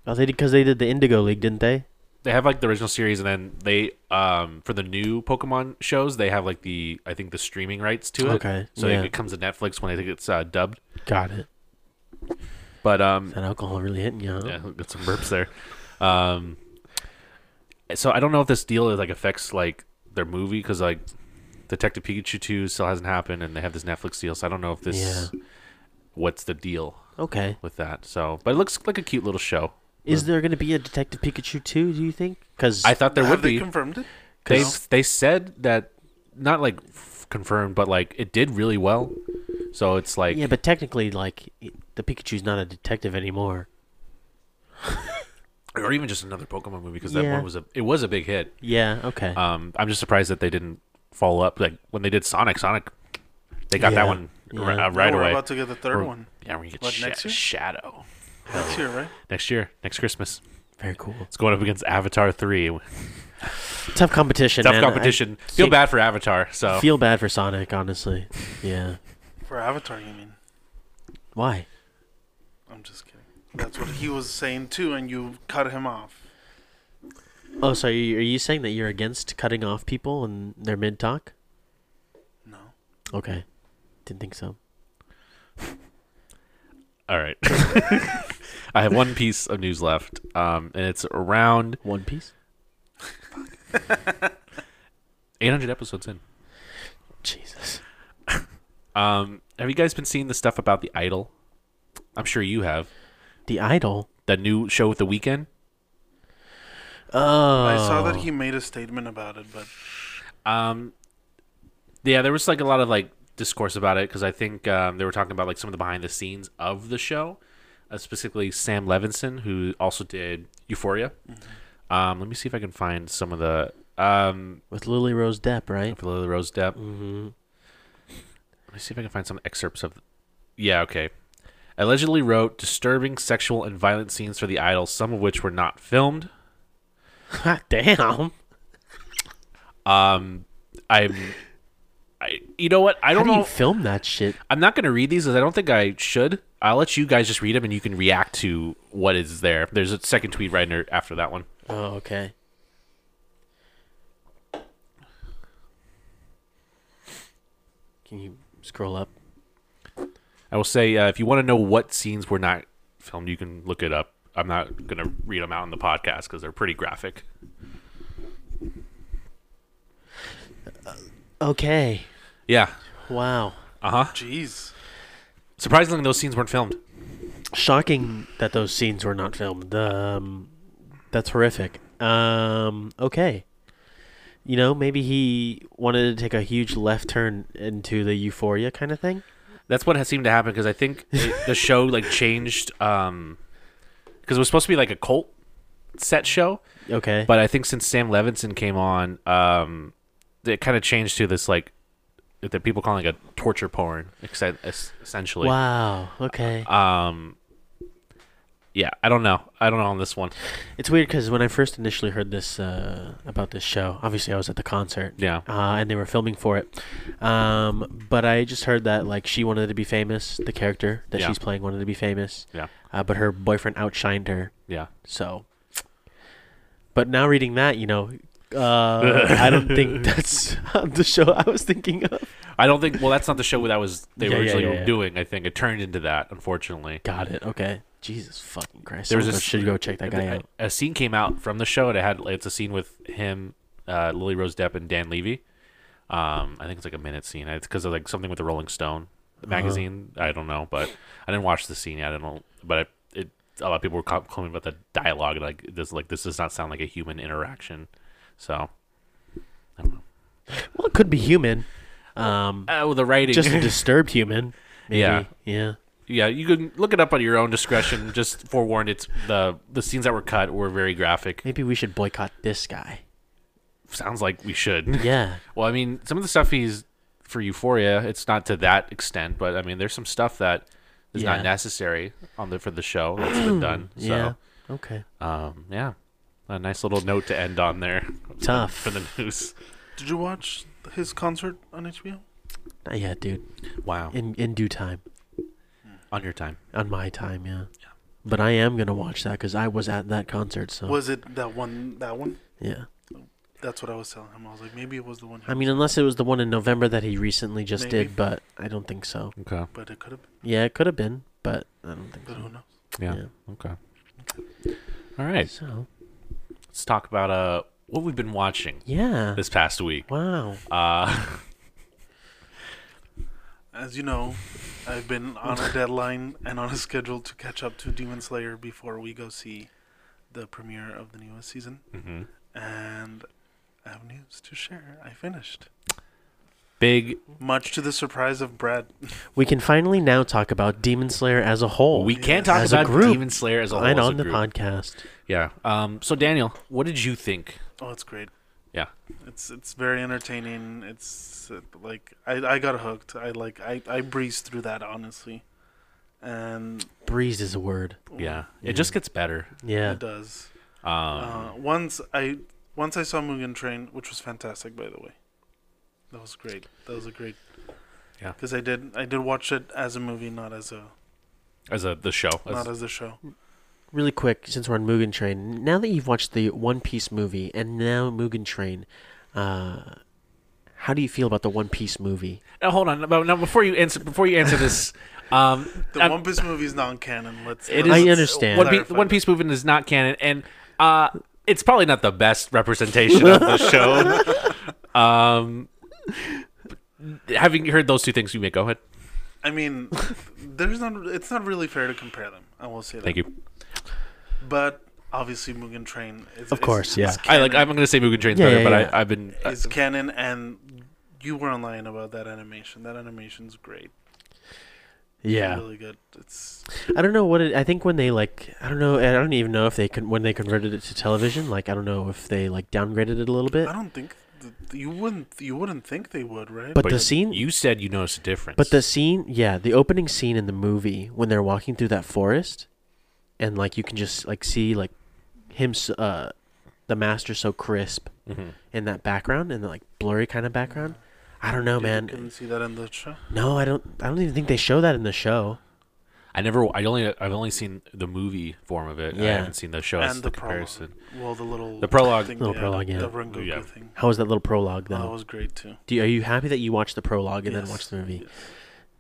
Speaker 4: Oh, they because they did the Indigo League, didn't they?
Speaker 3: they have like the original series, and then they um for the new Pokemon shows, they have like the I think the streaming rights to it.
Speaker 4: Okay,
Speaker 3: so
Speaker 4: yeah.
Speaker 3: it comes to Netflix when I think it's uh, dubbed.
Speaker 4: Got it.
Speaker 3: But um,
Speaker 4: That alcohol really hitting you. Huh?
Speaker 3: Yeah, got some burps there. Um, so I don't know if this deal like affects like their movie because like Detective Pikachu two still hasn't happened, and they have this Netflix deal. So I don't know if this what's the deal
Speaker 4: Okay.
Speaker 3: with that. So, but it looks like a cute little show.
Speaker 4: Is there going to be a Detective Pikachu 2, do you think? Because
Speaker 3: I thought there
Speaker 5: Have
Speaker 3: would
Speaker 5: they
Speaker 3: be.
Speaker 5: confirmed it?
Speaker 3: they
Speaker 5: Cause-
Speaker 3: they said that not like f- confirmed, but like it did really well. So it's like
Speaker 4: Yeah, but technically, like, it- the Pikachu's not a detective anymore.
Speaker 3: or even just another Pokemon movie because that
Speaker 4: Yeah.
Speaker 3: one was a it was a big hit.
Speaker 4: Yeah, okay.
Speaker 3: Um, I'm just surprised that they didn't follow up. Like when they did Sonic, Sonic, they got
Speaker 4: Yeah.
Speaker 3: that one ri-
Speaker 4: Yeah.
Speaker 3: uh, right
Speaker 5: No, We're
Speaker 3: away.
Speaker 5: about to get the third
Speaker 3: Or-
Speaker 5: one
Speaker 3: yeah, we're gonna get
Speaker 5: what,
Speaker 3: Sha-
Speaker 5: next year?
Speaker 3: Shadow
Speaker 5: next year, right?
Speaker 3: next year, next Christmas.
Speaker 4: Very cool.
Speaker 3: It's going up against Avatar three.
Speaker 4: Tough competition.
Speaker 3: Tough
Speaker 4: man. I
Speaker 3: competition. Feel
Speaker 4: think-
Speaker 3: bad for Avatar. So
Speaker 4: Feel bad for Sonic, honestly. Yeah.
Speaker 5: For Avatar, you mean?
Speaker 4: Why?
Speaker 5: I'm just kidding. That's what he was saying too, and you cut him off.
Speaker 4: Oh, so are you, are you saying that you're against cutting off people in their mid talk?
Speaker 5: No.
Speaker 4: Okay. Didn't think so.
Speaker 3: all right. I have one piece of news left, um, and it's around
Speaker 4: One Piece.
Speaker 3: 800 episodes in.
Speaker 4: Jesus.
Speaker 3: Um, have you guys been seeing the stuff about the Idol? I'm sure you have.
Speaker 4: The Idol.
Speaker 3: The new show with the weekend.
Speaker 4: Oh.
Speaker 5: I saw that he made a statement about it, but
Speaker 3: Um, yeah, there was like a lot of like discourse about it because I think um, they were talking about like some of the behind the scenes of the show, uh, specifically Sam Levinson, who also did Euphoria. Um, let me see if I can find some of the um,
Speaker 4: With Lily Rose Depp, right?
Speaker 3: for Lily Rose Depp. Mm-hmm. Let me see if I can find some excerpts of. Yeah, okay. Allegedly wrote disturbing sexual and violent scenes for the idol, some of which were not filmed.
Speaker 4: Damn.
Speaker 3: Um, I'm, I, you know what? I
Speaker 4: How
Speaker 3: don't
Speaker 4: do
Speaker 3: know.
Speaker 4: you film that shit?
Speaker 3: I'm not going to read these because I don't think I should. I'll let you guys just read them and you can react to what is there. There's a second tweet right ner- after that one.
Speaker 4: Oh, okay. Can you scroll up?
Speaker 3: I will say uh, if you want to know what scenes were not filmed, you can look it up. I'm not going to read them out in the podcast because they're pretty graphic.
Speaker 4: Okay.
Speaker 3: Yeah.
Speaker 4: Wow.
Speaker 3: Uh huh.
Speaker 5: jeez,
Speaker 3: Surprisingly, those scenes weren't filmed.
Speaker 4: Shocking that those scenes were not filmed. Um, that's horrific. Um, okay. You know, maybe he wanted to take a huge left turn into the euphoria kind of thing.
Speaker 3: That's what has seemed to happen because I think it, the show like changed um because it was supposed to be like a cult set show,
Speaker 4: Okay.
Speaker 3: but I think since Sam Levinson came on, um, it kind of changed to this like that people calling it a torture porn, exce- es- essentially.
Speaker 4: wow. Okay.
Speaker 3: Um, yeah, I don't know. I don't know on this one.
Speaker 4: It's weird because when I first initially heard this uh, about this show, obviously I was at the concert.
Speaker 3: Yeah.
Speaker 4: Uh, and they were filming for it, um, but I just heard that like she wanted to be famous. The character that
Speaker 3: Yeah.
Speaker 4: she's playing wanted to be famous,
Speaker 3: Yeah,
Speaker 4: uh, but her boyfriend outshined her.
Speaker 3: yeah.
Speaker 4: So, but now reading that, you know, uh, I don't think that's the show I was thinking of.
Speaker 3: I don't think. Well, that's not the show that was they
Speaker 4: Yeah,
Speaker 3: were
Speaker 4: yeah,
Speaker 3: originally
Speaker 4: yeah, yeah.
Speaker 3: doing. I think it turned into that, unfortunately.
Speaker 4: Got it. Okay. Jesus fucking Christ.
Speaker 3: There was
Speaker 4: Someone
Speaker 3: this-
Speaker 4: should go check that guy out.
Speaker 3: A scene came out from the show, and it had it's a scene with him, uh, Lily Rose Depp, and Dan Levy. Um, I think it's like a minute scene. It's because of like something with the Rolling Stone magazine.
Speaker 4: Uh-huh.
Speaker 3: I don't know, but I didn't watch the scene yet. I don't. know, But it, it a lot of people were com- complaining about the dialogue and like this like this does not sound like a human interaction. So I don't know.
Speaker 4: Well, it could be human. Um,
Speaker 3: Oh, the writing.
Speaker 4: just a disturbed human. Maybe.
Speaker 3: Yeah.
Speaker 4: Yeah.
Speaker 3: yeah, you can look it up on your own discretion. Just forewarned, it's the the scenes that were cut were very graphic.
Speaker 4: Maybe we should boycott this guy.
Speaker 3: Sounds like we should.
Speaker 4: Yeah.
Speaker 3: Well, I mean, some of the stuff he's for Euphoria, it's not to that extent, but I mean, there's some stuff that is
Speaker 4: Yeah.
Speaker 3: not necessary on the for the show that's been done. So,
Speaker 4: Yeah. Okay.
Speaker 3: um, yeah, a nice little note to end on there
Speaker 4: Tough.
Speaker 3: for the news.
Speaker 5: did you watch his concert on HBO?
Speaker 4: Not yet, dude.
Speaker 3: Wow,
Speaker 4: In in due time,
Speaker 3: on your time.
Speaker 4: on my time, yeah. But I am gonna watch that because I was at that concert. So
Speaker 5: Was it that one? That one?
Speaker 4: yeah.
Speaker 5: That's what I was telling him. I was like, maybe it was the one.
Speaker 4: I mean, unless it was the one in November that he recently just
Speaker 5: Maybe.
Speaker 4: did, but I don't think so.
Speaker 3: Okay,
Speaker 5: but it could have been.
Speaker 4: Yeah, it could have been, but I don't think
Speaker 5: But
Speaker 4: so.
Speaker 5: who knows?
Speaker 3: yeah,
Speaker 4: Yeah.
Speaker 3: okay. All right,
Speaker 4: So
Speaker 3: let's talk about uh what we've been watching
Speaker 4: yeah.
Speaker 3: this past week.
Speaker 4: Wow.
Speaker 3: Uh,
Speaker 5: As you know, I've been on a deadline and on a schedule to catch up to Demon Slayer before we go see the premiere of the newest season.
Speaker 3: mhm.
Speaker 5: And I have news to share. I finished.
Speaker 3: big
Speaker 5: Much to the surprise of Brad.
Speaker 4: We can finally now talk about Demon Slayer as a whole.
Speaker 3: we can't talk
Speaker 4: Oh, As a
Speaker 3: about
Speaker 4: group.
Speaker 3: Demon Slayer as a whole.
Speaker 4: and
Speaker 3: as a
Speaker 4: on the
Speaker 3: group.
Speaker 4: podcast.
Speaker 3: Yeah. Um. So Daniel, what did you think?
Speaker 5: Oh, it's great.
Speaker 3: Yeah.
Speaker 5: It's it's very entertaining. It's uh, like I, I got hooked. I like I, I breezed through that honestly. And
Speaker 4: Breeze is a word.
Speaker 3: Yeah. It just gets better.
Speaker 4: Yeah.
Speaker 5: it does.
Speaker 3: Um,
Speaker 5: Uh, once I once I saw Mugen Train, which was fantastic, by the way. That was great. That was a great.
Speaker 3: Yeah.
Speaker 5: Because I did I did watch it as a movie, not as a
Speaker 3: as a the show. As,
Speaker 5: not as a show.
Speaker 4: Really quick, since we're on Mugen Train, now that you've watched the One Piece movie and now Mugen Train, uh, how do you feel about the One Piece movie?
Speaker 3: now, hold on. Now, now before you answer, before you answer this, Um,
Speaker 5: The
Speaker 3: I'm-
Speaker 5: One Piece movie is non-canon. Let's.
Speaker 3: It
Speaker 5: let's
Speaker 3: is-
Speaker 4: I understand.
Speaker 3: One, Pe-
Speaker 5: clarify
Speaker 3: One
Speaker 5: that.
Speaker 3: Piece movement is not canon, and uh, it's probably not the best representation of the show. um, having heard those two things, you may go ahead.
Speaker 5: I mean, there's not. It's not really fair to compare them. I will say that.
Speaker 3: Thank you.
Speaker 5: But obviously, Mugen Train. Is,
Speaker 4: Of course, yeah.
Speaker 3: I like. I'm gonna say Mugen Train's
Speaker 4: Yeah,
Speaker 3: better,
Speaker 4: yeah,
Speaker 3: but
Speaker 4: yeah.
Speaker 3: I, I've been. uh, I-
Speaker 5: It's canon, and you weren't lying about that animation. That animation's great.
Speaker 4: yeah.
Speaker 5: Really good. It's
Speaker 4: I don't know what it. I think when they like, I don't know. I don't even know if they con- when they converted it to television. Like, I don't know if they like downgraded it a little bit.
Speaker 5: I don't think th- you wouldn't you wouldn't think they would, right?
Speaker 4: But
Speaker 3: but
Speaker 4: the scene,
Speaker 3: you said you noticed a difference.
Speaker 4: but the scene, yeah, the opening scene in the movie when they're walking through that forest, and like you can just like see like him, s- uh, the master so crisp
Speaker 5: Mm-hmm.
Speaker 3: Mhm.
Speaker 4: in that background and the like blurry kind of background. I don't know,
Speaker 5: You couldn't
Speaker 4: man.
Speaker 5: see that in the show.
Speaker 4: No, I don't. I don't even think they show that in the show.
Speaker 3: I never. I only. I've only seen the movie form of it. I
Speaker 4: Yeah.
Speaker 3: haven't seen the show as
Speaker 5: And the
Speaker 3: the comparison.
Speaker 5: prologue. Well, the little
Speaker 3: The prologue.
Speaker 5: thing,
Speaker 4: Little prologue, yeah.
Speaker 5: the Rengoku
Speaker 3: Yeah.
Speaker 5: thing.
Speaker 4: How was that little prologue
Speaker 5: Oh, that
Speaker 4: though?
Speaker 5: was great too.
Speaker 4: Do you, are you happy that you watched the prologue and then
Speaker 5: Yes.
Speaker 4: watched the movie?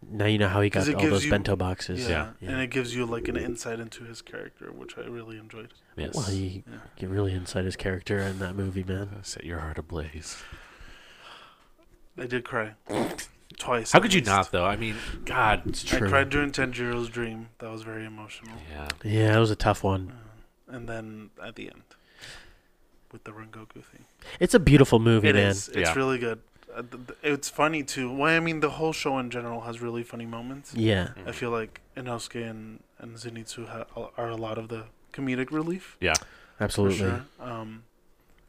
Speaker 4: Now you know how he
Speaker 5: 'Cause
Speaker 4: got
Speaker 5: it
Speaker 4: all
Speaker 5: gives
Speaker 4: those
Speaker 5: you-
Speaker 4: bento boxes.
Speaker 5: Yeah.
Speaker 4: yeah.
Speaker 5: and it gives you like an insight into his character, which I really enjoyed.
Speaker 3: Yes.
Speaker 4: Well, he
Speaker 5: Yeah.
Speaker 4: get really inside his character in that movie, man.
Speaker 3: Uh, Set your heart ablaze.
Speaker 5: I did cry twice.
Speaker 3: How
Speaker 5: at
Speaker 3: could you
Speaker 5: least.
Speaker 3: not though? I mean, God.
Speaker 4: It's
Speaker 5: I
Speaker 4: true.
Speaker 5: cried during Tanjiro's dream. That was very emotional.
Speaker 3: Yeah.
Speaker 4: Yeah, that was a tough one.
Speaker 5: And then at the end, with the Rengoku thing.
Speaker 4: It's a beautiful movie,
Speaker 5: It
Speaker 4: man.
Speaker 5: is. It's
Speaker 3: Yeah.
Speaker 5: really good. Uh, th- th- It's funny too. Well, I mean, the whole show in general has really funny moments.
Speaker 4: Yeah.
Speaker 5: I feel like Inosuke and and Zenitsu ha- are a lot of the comedic relief
Speaker 3: Yeah.
Speaker 5: for
Speaker 4: Absolutely.
Speaker 5: sure. Um,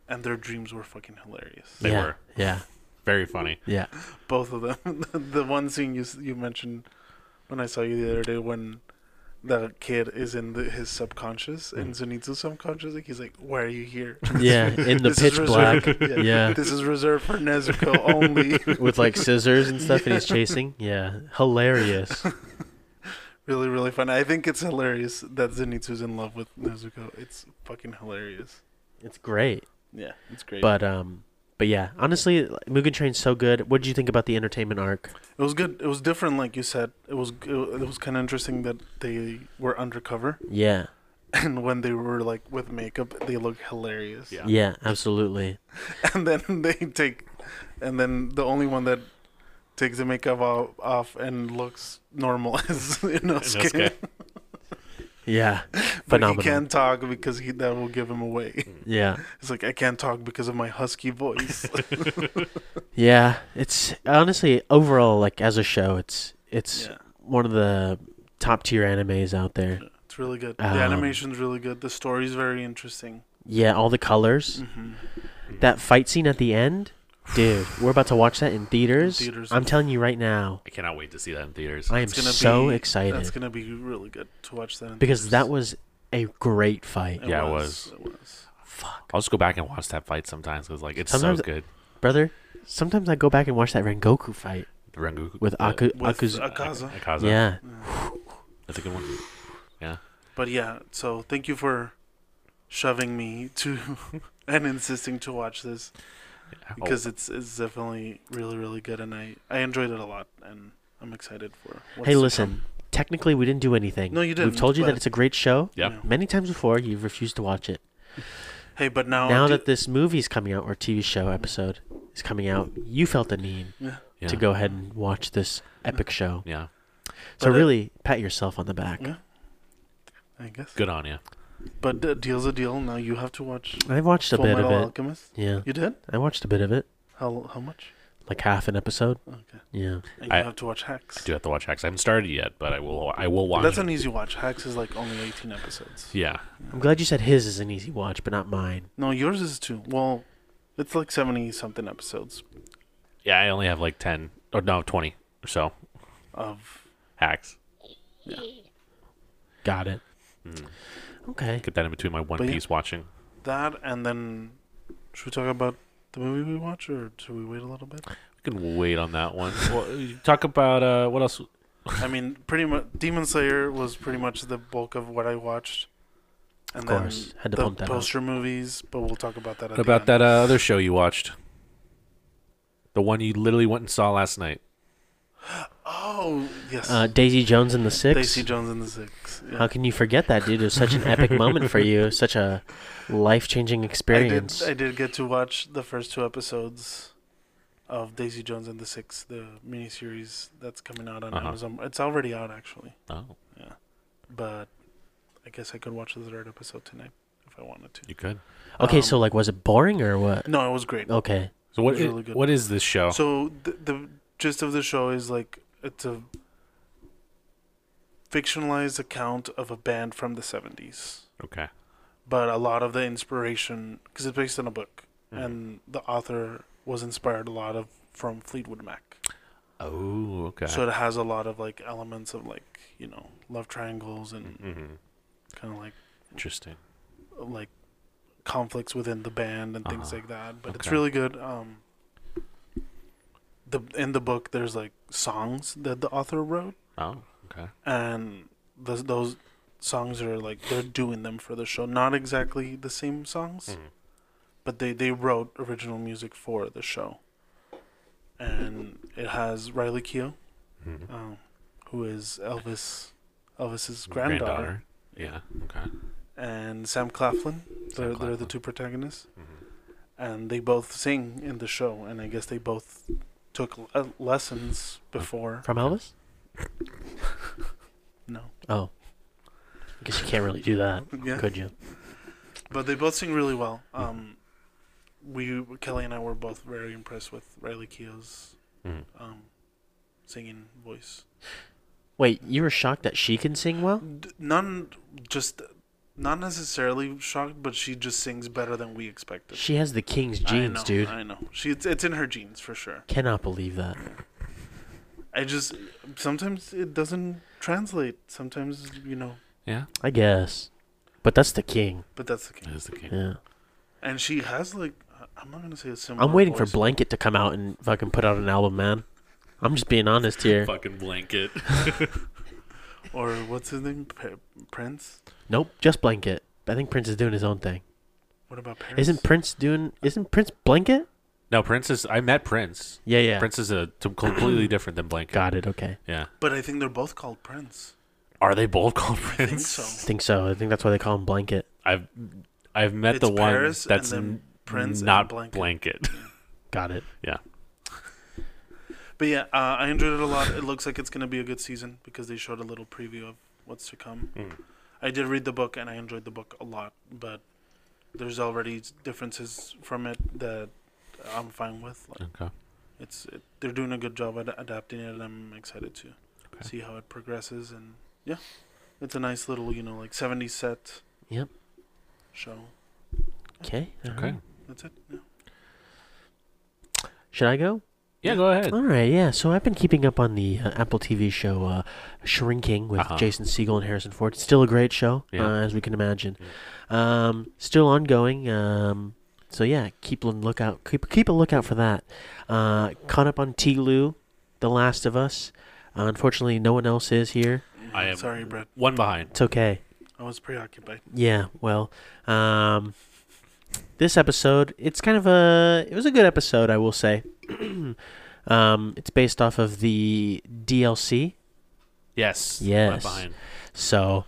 Speaker 5: and their dreams were fucking hilarious.
Speaker 3: They
Speaker 4: yeah.
Speaker 3: were.
Speaker 4: Yeah.
Speaker 3: Very funny.
Speaker 4: Yeah.
Speaker 5: Both of them. the one scene you s- you mentioned when I saw you the other day when. The kid is in the, his subconscious, in
Speaker 4: Mm.
Speaker 5: Zenitsu's subconscious. Like he's like, "Why are you here?"
Speaker 4: Yeah. In the
Speaker 5: This is
Speaker 4: pitch black.
Speaker 5: reserved- yeah,
Speaker 4: Yeah.
Speaker 5: This is reserved for Nezuko only.
Speaker 4: With like scissors and stuff, and he's chasing. Yeah, hilarious.
Speaker 5: really, really fun. I think it's hilarious that Zenitsu's in love with Nezuko. It's fucking hilarious.
Speaker 4: It's great,
Speaker 5: Yeah, it's great.
Speaker 4: but um, but yeah, honestly, Mugen Train's so good. What did you think about the entertainment arc?
Speaker 5: it was good. It was different, like you said. It was it, was kind of interesting that they were undercover,
Speaker 4: Yeah,
Speaker 5: and when they were like with makeup, they look hilarious.
Speaker 3: Yeah.
Speaker 4: yeah, absolutely.
Speaker 5: And then they take, and then the only one that takes the makeup off, off and looks normal is Inosuke.
Speaker 3: Inosuke.
Speaker 4: Yeah,
Speaker 5: But
Speaker 4: phenomenal.
Speaker 5: he can't talk because he that will give him away.
Speaker 3: Mm.
Speaker 4: yeah.
Speaker 5: It's like I can't talk because of my husky voice.
Speaker 4: Yeah, it's honestly overall like as a show, it's it's
Speaker 5: yeah,
Speaker 4: one of the top tier animes out there.
Speaker 5: it's really good.
Speaker 4: Um,
Speaker 5: the animation's really good. The story's very interesting.
Speaker 4: Yeah, all the colors.
Speaker 5: Mm-hmm.
Speaker 4: That fight scene at the end, dude, we're about to watch that in theaters.
Speaker 5: theaters.
Speaker 4: I'm telling you right now,
Speaker 3: I cannot wait to see that in theaters.
Speaker 4: I am
Speaker 5: It's gonna
Speaker 4: so
Speaker 5: be- That's
Speaker 4: excited
Speaker 5: gonna be really good to watch that. In
Speaker 4: because that
Speaker 5: theaters.
Speaker 4: was a great fight.
Speaker 3: Yeah, it
Speaker 5: It was.
Speaker 4: Fuck,
Speaker 3: I'll just go back and watch that fight sometimes because like it's
Speaker 4: Sometimes-
Speaker 3: so good.
Speaker 4: brother. Sometimes I go back and watch that Rengoku fight
Speaker 3: The Rengoku
Speaker 4: with
Speaker 3: the-
Speaker 4: Aku.
Speaker 5: With
Speaker 4: Aku's,
Speaker 5: Akaza.
Speaker 3: Ak- Akaza.
Speaker 4: yeah,
Speaker 5: Yeah.
Speaker 3: that's a good one.
Speaker 5: But yeah, so thank you for shoving me to and insisting to watch this
Speaker 3: Oh,
Speaker 5: because it's it's definitely really really good and I I enjoyed it a lot and I'm excited for. What's
Speaker 4: hey,
Speaker 5: to
Speaker 4: listen. Technically, we didn't do anything.
Speaker 5: No, you
Speaker 4: We've
Speaker 5: didn't,
Speaker 4: told you that
Speaker 5: but-
Speaker 4: it's a great show.
Speaker 3: Yeah.
Speaker 5: Yeah.
Speaker 4: Many times before, you've refused to watch it.
Speaker 5: come. Hey, but now
Speaker 4: now
Speaker 5: do-
Speaker 4: that this movie's coming out or TV show episode is coming out, you felt the need
Speaker 5: yeah.
Speaker 3: yeah.
Speaker 4: to go ahead and watch this epic show.
Speaker 3: Yeah,
Speaker 4: So
Speaker 5: But, uh,
Speaker 4: really pat yourself on the back.
Speaker 5: Yeah. I guess.
Speaker 3: good on you.
Speaker 5: But uh, deal's a deal. Now you have to watch
Speaker 4: I watched a
Speaker 5: Full
Speaker 4: bit
Speaker 5: Metal
Speaker 4: of it.
Speaker 5: Alchemist.
Speaker 4: Yeah.
Speaker 5: You did?
Speaker 4: I watched a bit of it,
Speaker 5: How how much?
Speaker 4: like half an episode.
Speaker 5: Okay.
Speaker 4: Yeah.
Speaker 5: And you
Speaker 3: I-
Speaker 5: have to watch Hacks.
Speaker 3: I do have to watch Hacks. I haven't started it yet, but I will. I will watch.
Speaker 5: That's
Speaker 3: it.
Speaker 5: an easy watch. Hacks is like only 18 episodes.
Speaker 3: Yeah,
Speaker 4: I'm glad you said his is an easy watch, but not mine.
Speaker 5: No, yours is two. Well, it's like 70 something episodes
Speaker 3: yeah. I only have like ten or no twenty or so
Speaker 5: of.
Speaker 3: hacks.
Speaker 4: Got it.
Speaker 3: Mm.
Speaker 4: Hmm. Okay.
Speaker 3: Get that in between my One
Speaker 5: But yeah.
Speaker 3: Piece watching.
Speaker 5: That and then should we talk about the movie we watch or should we wait a little bit?
Speaker 3: We can wait on that one. well, you talk about uh, what else?
Speaker 5: I mean, pretty much Demon Slayer was pretty much the bulk of what I watched. And
Speaker 4: Of course. Had to
Speaker 5: the
Speaker 4: pump that up.
Speaker 5: poster movies, but we'll talk about that.
Speaker 3: What about that uh, other show you watched? The one you literally went and saw last night.
Speaker 5: that? Oh yes,
Speaker 4: Uh, Daisy Jones and the Six.
Speaker 5: Daisy Jones and the Six. Yeah.
Speaker 4: How can you forget that, dude? It was such an epic moment for you, such a life-changing experience.
Speaker 5: I did, I did get to watch the first two episodes of Daisy Jones and the Six, the miniseries that's coming out on
Speaker 3: Uh-huh.
Speaker 5: Amazon. It's already out actually,
Speaker 3: Oh,
Speaker 5: but I guess I could watch the third episode tonight if I wanted to.
Speaker 3: you could.
Speaker 4: okay,
Speaker 5: um,
Speaker 4: so like, was it boring or what?
Speaker 5: No, it was great.
Speaker 4: Okay,
Speaker 3: So what?
Speaker 5: It's really good.
Speaker 3: what is this show?
Speaker 5: So the, the gist of the show is like it's a fictionalized account of a band from the 70s.
Speaker 3: okay.
Speaker 5: but a lot of the inspiration because it's based on a book
Speaker 3: Mhm.
Speaker 5: and the author was inspired a lot of from fleetwood mac
Speaker 3: Oh, okay.
Speaker 5: so it has a lot of like elements of like you know love triangles and
Speaker 3: hmm
Speaker 5: kind of like
Speaker 3: Interesting.
Speaker 5: like conflicts within the band and things
Speaker 3: Uh-huh.
Speaker 5: like that but it's
Speaker 3: Okay.
Speaker 5: really good um the in the book there's like songs that the author wrote
Speaker 3: Oh, okay.
Speaker 5: and those those songs are like they're doing them for the show not exactly the same songs
Speaker 3: Mm-hmm.
Speaker 5: but they they wrote original music for the show, and it has Riley Keough,
Speaker 3: Mhm.
Speaker 5: um, who is Elvis, Elvis's granddaughter,
Speaker 3: Yeah. Okay.
Speaker 5: and Sam Claflin. They're
Speaker 3: Sam Claflin.
Speaker 5: they're the
Speaker 3: Mm-hmm.
Speaker 5: two protagonists, and they both sing in the show, and I guess they both took le- lessons before.
Speaker 4: from Elvis?
Speaker 5: No,
Speaker 4: Oh, I guess you can't really do that,
Speaker 5: yeah,
Speaker 4: could you?
Speaker 5: but they both sing really well. Um, we Kelly and I were both very impressed with Riley Keough's
Speaker 3: Mhm.
Speaker 4: Mm-hmm.
Speaker 5: um, singing voice.
Speaker 4: Wait, you were shocked that she can sing well?
Speaker 5: D- none just not necessarily shocked but she just sings better than we expected
Speaker 4: She has the king's
Speaker 5: I
Speaker 4: genes,
Speaker 5: know,
Speaker 4: dude.
Speaker 5: i know she it's, it's in her genes for sure
Speaker 4: Cannot believe that.
Speaker 5: i just sometimes it doesn't translate sometimes you know
Speaker 3: Yeah.
Speaker 4: I guess, but that's the king.
Speaker 5: but that's the case
Speaker 3: That is the king.
Speaker 4: Yeah,
Speaker 5: and she has like I- i'm not gonna say a similar
Speaker 4: I'm waiting for
Speaker 5: voice.
Speaker 4: Blanket to come out and fucking put out an album, man. I'm just being honest here.
Speaker 3: Fucking blanket.
Speaker 5: or what's his name P- prince
Speaker 4: Nope, just Blanket. I think Prince is doing his own thing.
Speaker 5: what about Paris?
Speaker 4: Isn't Prince doing? Isn't Prince Blanket?
Speaker 3: no, Prince is. I met Prince.
Speaker 4: Yeah, yeah.
Speaker 3: Prince is a t- completely different than blanket.
Speaker 4: Got it. Okay.
Speaker 3: Yeah.
Speaker 5: but i think they're both called prince
Speaker 3: Are they both called
Speaker 5: i think
Speaker 3: Prince?
Speaker 4: I
Speaker 5: so
Speaker 4: think so. I think that's why they call him Blanket.
Speaker 3: I've I've met
Speaker 5: It's
Speaker 3: the one
Speaker 5: Paris and
Speaker 3: that's
Speaker 5: then
Speaker 3: n-
Speaker 5: Prince and
Speaker 3: not
Speaker 5: Blanket.
Speaker 3: blanket.
Speaker 4: Got it.
Speaker 3: yeah.
Speaker 5: but yeah uh, i enjoyed it a lot it looks like it's gonna be a good season because they showed a little preview of what's to come
Speaker 3: Hmm.
Speaker 5: I did read the book and I enjoyed the book a lot, but there's already s- differences from it that I'm fine with. Like
Speaker 3: Okay.
Speaker 5: it's it, they're doing a good job at adapting it, and I'm excited to
Speaker 3: Okay.
Speaker 5: see how it progresses. And yeah, it's a nice little you know like 70s set.
Speaker 4: Yep.
Speaker 5: Show.
Speaker 4: Okay.
Speaker 3: Okay.
Speaker 5: That's it. Yeah.
Speaker 4: Should I go?
Speaker 3: Yeah. Go ahead.
Speaker 4: All right, yeah. So I've been keeping up on the uh, Apple TV show uh, Shrinking with
Speaker 3: Uh-huh.
Speaker 4: Jason Segel and Harrison Ford. It's still a great show,
Speaker 3: Yeah.
Speaker 4: uh, as we can imagine. Um, still ongoing. Um, so yeah, keep on lookout. Keep keep a lookout for that. Uh, caught up on T. Lou, The Last of Us. Uh, unfortunately, no one else is here.
Speaker 3: I am
Speaker 5: sorry, Brett.
Speaker 3: one behind.
Speaker 4: It's okay.
Speaker 5: I was preoccupied.
Speaker 4: Yeah, well, um, this episode, it's kind of a, it was a good episode, I will say. um, it's based off of the DLC,
Speaker 3: Yes. One
Speaker 4: Yes.
Speaker 3: behind.
Speaker 4: so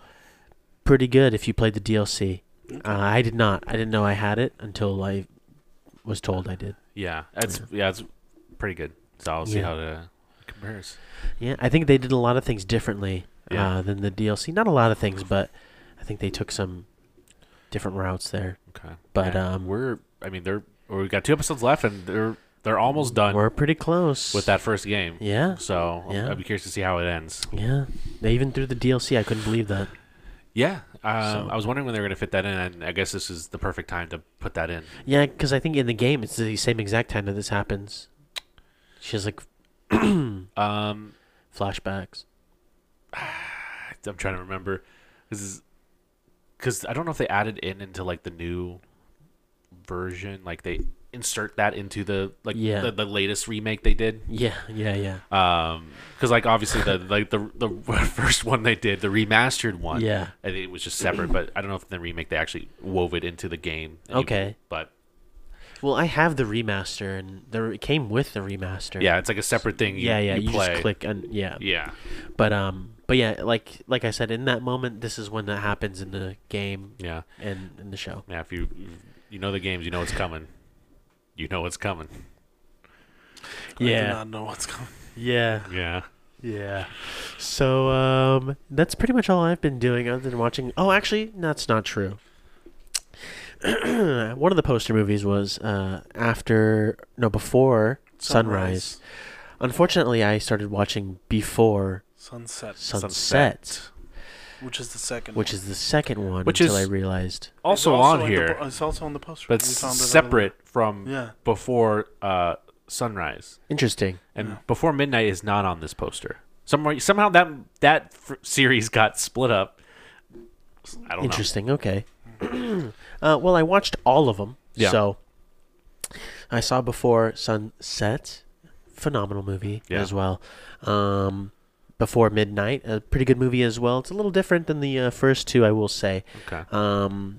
Speaker 4: pretty good if you played the DLC. Uh, I did not. I didn't know I had it until I was told I did.
Speaker 3: Yeah. That's yeah. It's pretty good. So I'll see
Speaker 4: Yeah.
Speaker 3: how to compares.
Speaker 4: Yeah, I think they did a lot of things differently
Speaker 3: Yeah.
Speaker 4: uh, than the DLC. Not a lot of things, but I think they took some different routes there.
Speaker 3: Okay.
Speaker 4: But,
Speaker 3: Yeah,
Speaker 4: um,
Speaker 3: we're I mean they're we've got two episodes left and they're they're almost done
Speaker 4: We're pretty close
Speaker 3: with that first game.
Speaker 4: Yeah,
Speaker 3: So I'll-
Speaker 4: Yeah.
Speaker 3: I'd be curious to see how it ends.
Speaker 4: yeah. They even threw the DLC. I couldn't believe that.
Speaker 3: Yeah. Um,
Speaker 4: So-
Speaker 3: I was wondering when they were gonna fit that in, and I guess this is the perfect time to put that in.
Speaker 4: Yeah, because I think in the game it's the same exact time that this happens. She has like
Speaker 3: Um,
Speaker 4: flashbacks.
Speaker 3: I'm trying to remember. This is because I don't know if they added in into like the new version, like they insert that into the like
Speaker 4: Yeah.
Speaker 3: the, the latest remake they did.
Speaker 4: Yeah, yeah, yeah,
Speaker 3: Um, because like obviously the like the the first one they did, the remastered one,
Speaker 4: Yeah.
Speaker 3: I think it was just separate. But I don't know if in the remake they actually wove it into the game.
Speaker 4: Okay.
Speaker 3: but
Speaker 4: Well, I have the remaster, and there it came with the remaster.
Speaker 3: Yeah, it's like a separate thing. You,
Speaker 4: yeah, yeah. You,
Speaker 3: You, play.
Speaker 4: just click and yeah.
Speaker 3: Yeah,
Speaker 4: But um, but yeah, like like I said, in that moment, this is when that happens in the game
Speaker 3: yeah,
Speaker 4: and in the show.
Speaker 3: yeah. If you you know the games, you know what's coming. You know what's coming.
Speaker 5: I do
Speaker 4: Yeah,
Speaker 5: not know what's coming.
Speaker 4: yeah,
Speaker 3: Yeah.
Speaker 4: yeah. So um, that's pretty much all I've been doing other than watching. Oh, actually, that's not true. One of the poster movies was uh, after no before sunrise. Unfortunately, I started watching before
Speaker 5: Sunset,
Speaker 4: sunset,
Speaker 5: which is the second.
Speaker 4: which
Speaker 5: one.
Speaker 4: is the second one,
Speaker 3: Which
Speaker 4: until
Speaker 3: is-
Speaker 4: I realized.
Speaker 5: It's
Speaker 3: Also, on
Speaker 5: in the
Speaker 3: here,
Speaker 5: po- it's also on the poster.
Speaker 3: but it's
Speaker 5: We found it out
Speaker 3: separate from
Speaker 5: Yeah.
Speaker 3: before uh, sunrise.
Speaker 4: Interesting.
Speaker 3: and
Speaker 5: Yeah.
Speaker 3: before midnight is not on this poster. Somewhere, somehow that that f- series got split up. I don't know.
Speaker 4: Interesting. Okay. uh, well, I watched all of them.
Speaker 3: Yeah.
Speaker 4: So I saw before sunset, phenomenal movie
Speaker 3: Yeah.
Speaker 4: as well. Um, before midnight, a pretty good movie as well. It's a little different than the uh, first two, I will say.
Speaker 3: Okay.
Speaker 4: Um,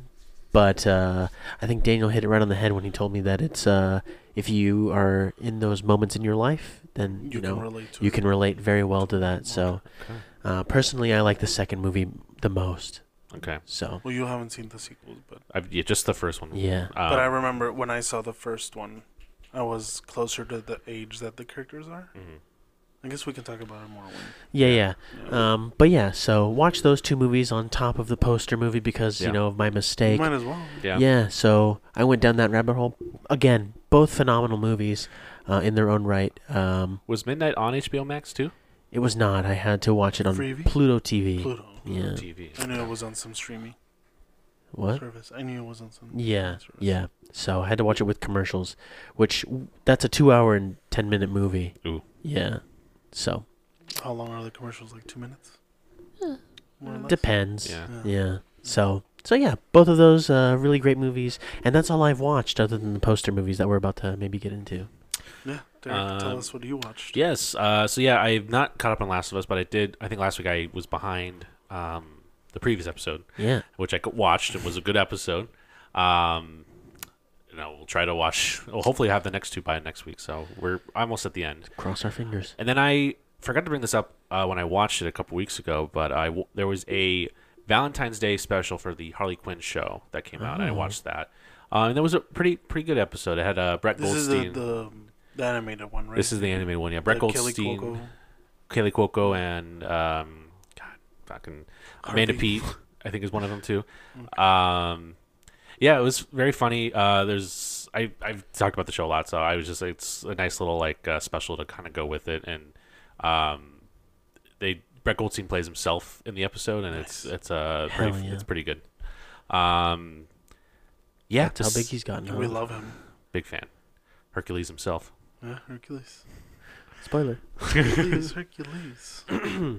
Speaker 4: but uh, I think Daniel hit it right on the head when he told me that it's uh, if you are in those moments in your life, then you,
Speaker 5: You
Speaker 4: know
Speaker 5: can relate to
Speaker 4: you
Speaker 5: it.
Speaker 4: can relate very well to that. So
Speaker 3: Okay.
Speaker 4: uh, personally, I like the second movie the most.
Speaker 3: Okay.
Speaker 4: So
Speaker 5: Well, you haven't seen the sequels, but
Speaker 3: I've, yeah, just the first one.
Speaker 4: yeah,
Speaker 3: Um,
Speaker 5: but I remember when I saw the first one, I was closer to the age that the characters are.
Speaker 4: Mm-hmm.
Speaker 3: mhm.
Speaker 5: I guess we can talk about it more. When,
Speaker 4: yeah, yeah.
Speaker 5: yeah.
Speaker 4: Um, but yeah, so watch those two movies on top of the poster movie because
Speaker 3: Yeah.
Speaker 4: you know of my mistake.
Speaker 5: Might as well.
Speaker 3: Yeah.
Speaker 4: Yeah, so I went down that rabbit hole again. Both phenomenal movies uh, in their own right. Um,
Speaker 3: Was midnight on HBO Max too?
Speaker 4: It was not. I had to watch it on
Speaker 5: Freevee?
Speaker 4: Pluto TV.
Speaker 5: Pluto.
Speaker 4: Yeah.
Speaker 3: TV.
Speaker 5: I knew it was on some streaming
Speaker 4: What?
Speaker 5: service. I knew it was on some.
Speaker 4: Yeah,
Speaker 5: service.
Speaker 4: yeah. So I had to watch it with commercials, which w- that's a two-hour and ten-minute movie.
Speaker 3: Ooh.
Speaker 4: Yeah. So
Speaker 5: How long are the commercials? Like two minutes. More or less?
Speaker 4: depends.
Speaker 3: Yeah.
Speaker 4: Yeah. So so yeah, both of those uh, really great movies, and that's all I've watched other than the poster movies that we're about to maybe get into.
Speaker 5: Yeah, Derek,
Speaker 3: Um,
Speaker 5: tell us what you watched.
Speaker 3: Yes. Uh, so yeah, I've not caught up on Last of Us, but I did. I think last week I was behind um, the previous episode.
Speaker 4: Yeah.
Speaker 3: which I watched. It was a good episode. Um, you know, we'll try to watch. We'll hopefully have the next two by next week. So we're almost at the end.
Speaker 4: Cross our fingers.
Speaker 3: And then I forgot to bring this up uh, when I watched it a couple weeks ago, but I w- there was a Valentine's Day special for the Harley Quinn show that came out, and I watched that. Uh, and that was a pretty pretty good episode. It had uh, Brett
Speaker 5: This is
Speaker 3: Goldstein.
Speaker 5: the, the the animated one, right?
Speaker 3: this is the animated one, yeah. Brett
Speaker 5: The Kelly
Speaker 3: Goldstein,
Speaker 5: Cuoco.
Speaker 3: Kaylee Cuoco, and um, God, fucking Amanda
Speaker 5: Harvey.
Speaker 3: Pete, I think is one of them too. Um, yeah, it was very funny. Uh, there's I I've talked about the show a lot, so I was just it's a nice little like uh, special to kind of go with it, and um, they Brett Goldstein plays himself in the episode, and it's it's uh pretty,
Speaker 4: Hell yeah.
Speaker 3: it's pretty good. Um, yeah,
Speaker 4: How
Speaker 3: just
Speaker 4: big he's gotten.
Speaker 5: We
Speaker 3: Uh-huh.
Speaker 4: huh?
Speaker 5: love him.
Speaker 3: big fan, Hercules himself.
Speaker 5: Yeah, Hercules.
Speaker 4: Spoiler.
Speaker 5: Hercules, Hercules.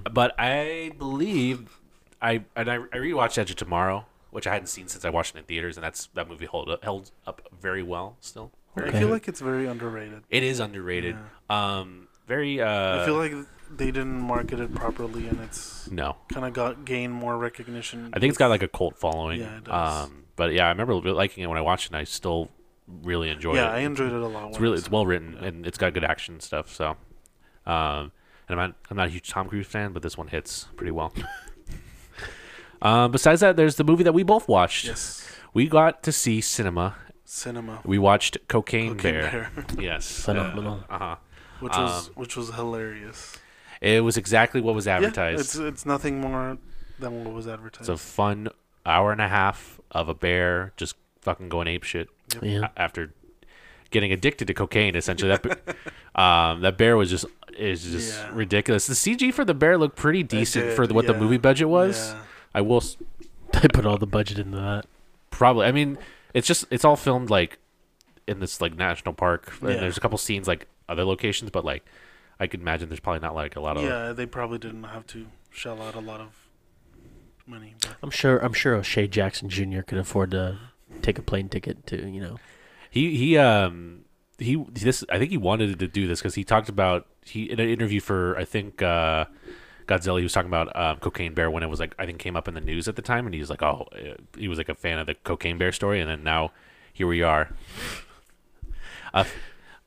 Speaker 3: But I believe I and I, I rewatched Edge of Tomorrow, which I hadn't seen since I watched it in theaters, and that's that movie held up, held up very well still. Very
Speaker 5: I
Speaker 4: Okay.
Speaker 5: feel
Speaker 3: good.
Speaker 5: like it's very underrated.
Speaker 3: it is underrated. Um, very. Uh,
Speaker 5: I feel like they didn't market it properly, and it's
Speaker 3: no.
Speaker 5: kind of got gained more recognition.
Speaker 3: I think it's got like a cult following.
Speaker 5: Yeah, it does.
Speaker 3: Um, but yeah, I remember really liking it when I watched it. and I still really enjoyed
Speaker 5: yeah,
Speaker 3: it.
Speaker 5: I enjoyed it a lot.
Speaker 3: it's really it's well written and it's got good action and stuff. So, um, and I'm not I'm not a huge Tom Cruise fan, but this one hits pretty well. um, besides that, there's the movie that we both watched.
Speaker 5: yes,
Speaker 3: We got to see cinema.
Speaker 5: cinema,
Speaker 3: We watched Cocaine,
Speaker 5: Cocaine
Speaker 3: Bear.
Speaker 5: Bear,
Speaker 3: Yes.
Speaker 4: Phenomenal.
Speaker 3: Uh huh.
Speaker 5: which
Speaker 3: Um,
Speaker 5: was which was hilarious.
Speaker 3: It was exactly what was
Speaker 5: Yeah,
Speaker 3: advertised.
Speaker 5: it's
Speaker 3: it's,
Speaker 5: it's nothing more than what was advertised.
Speaker 3: a fun hour and a half of a bear just fucking going ape shit
Speaker 4: Yeah.
Speaker 3: after getting addicted to cocaine. Essentially, that be- um, that bear was just is just
Speaker 5: Yeah.
Speaker 3: ridiculous. The CG for the bear looked pretty decent for
Speaker 5: did,
Speaker 3: what the
Speaker 5: yeah,
Speaker 3: movie budget was.
Speaker 5: yeah.
Speaker 3: I will s-
Speaker 4: They put all the budget into that.
Speaker 3: probably i mean it's just it's all filmed like in this like national park and
Speaker 5: Yeah.
Speaker 3: there's a couple scenes like other locations but like i could imagine there's probably not like a lot of
Speaker 5: yeah, they probably didn't have to shell out a lot of money. But
Speaker 4: I'm sure. I'm sure O'Shea Jackson Jr. could afford to take a plane ticket to you know.
Speaker 3: he he um he this i think he wanted to do this because he talked about he in an interview for i think uh Godzilla, he was talking about um, Cocaine Bear when it was like I think came up in the news at the time, and eh, he was like, "Oh, uh, he was like a fan of the Cocaine Bear story," and then now here we are. Uh, f-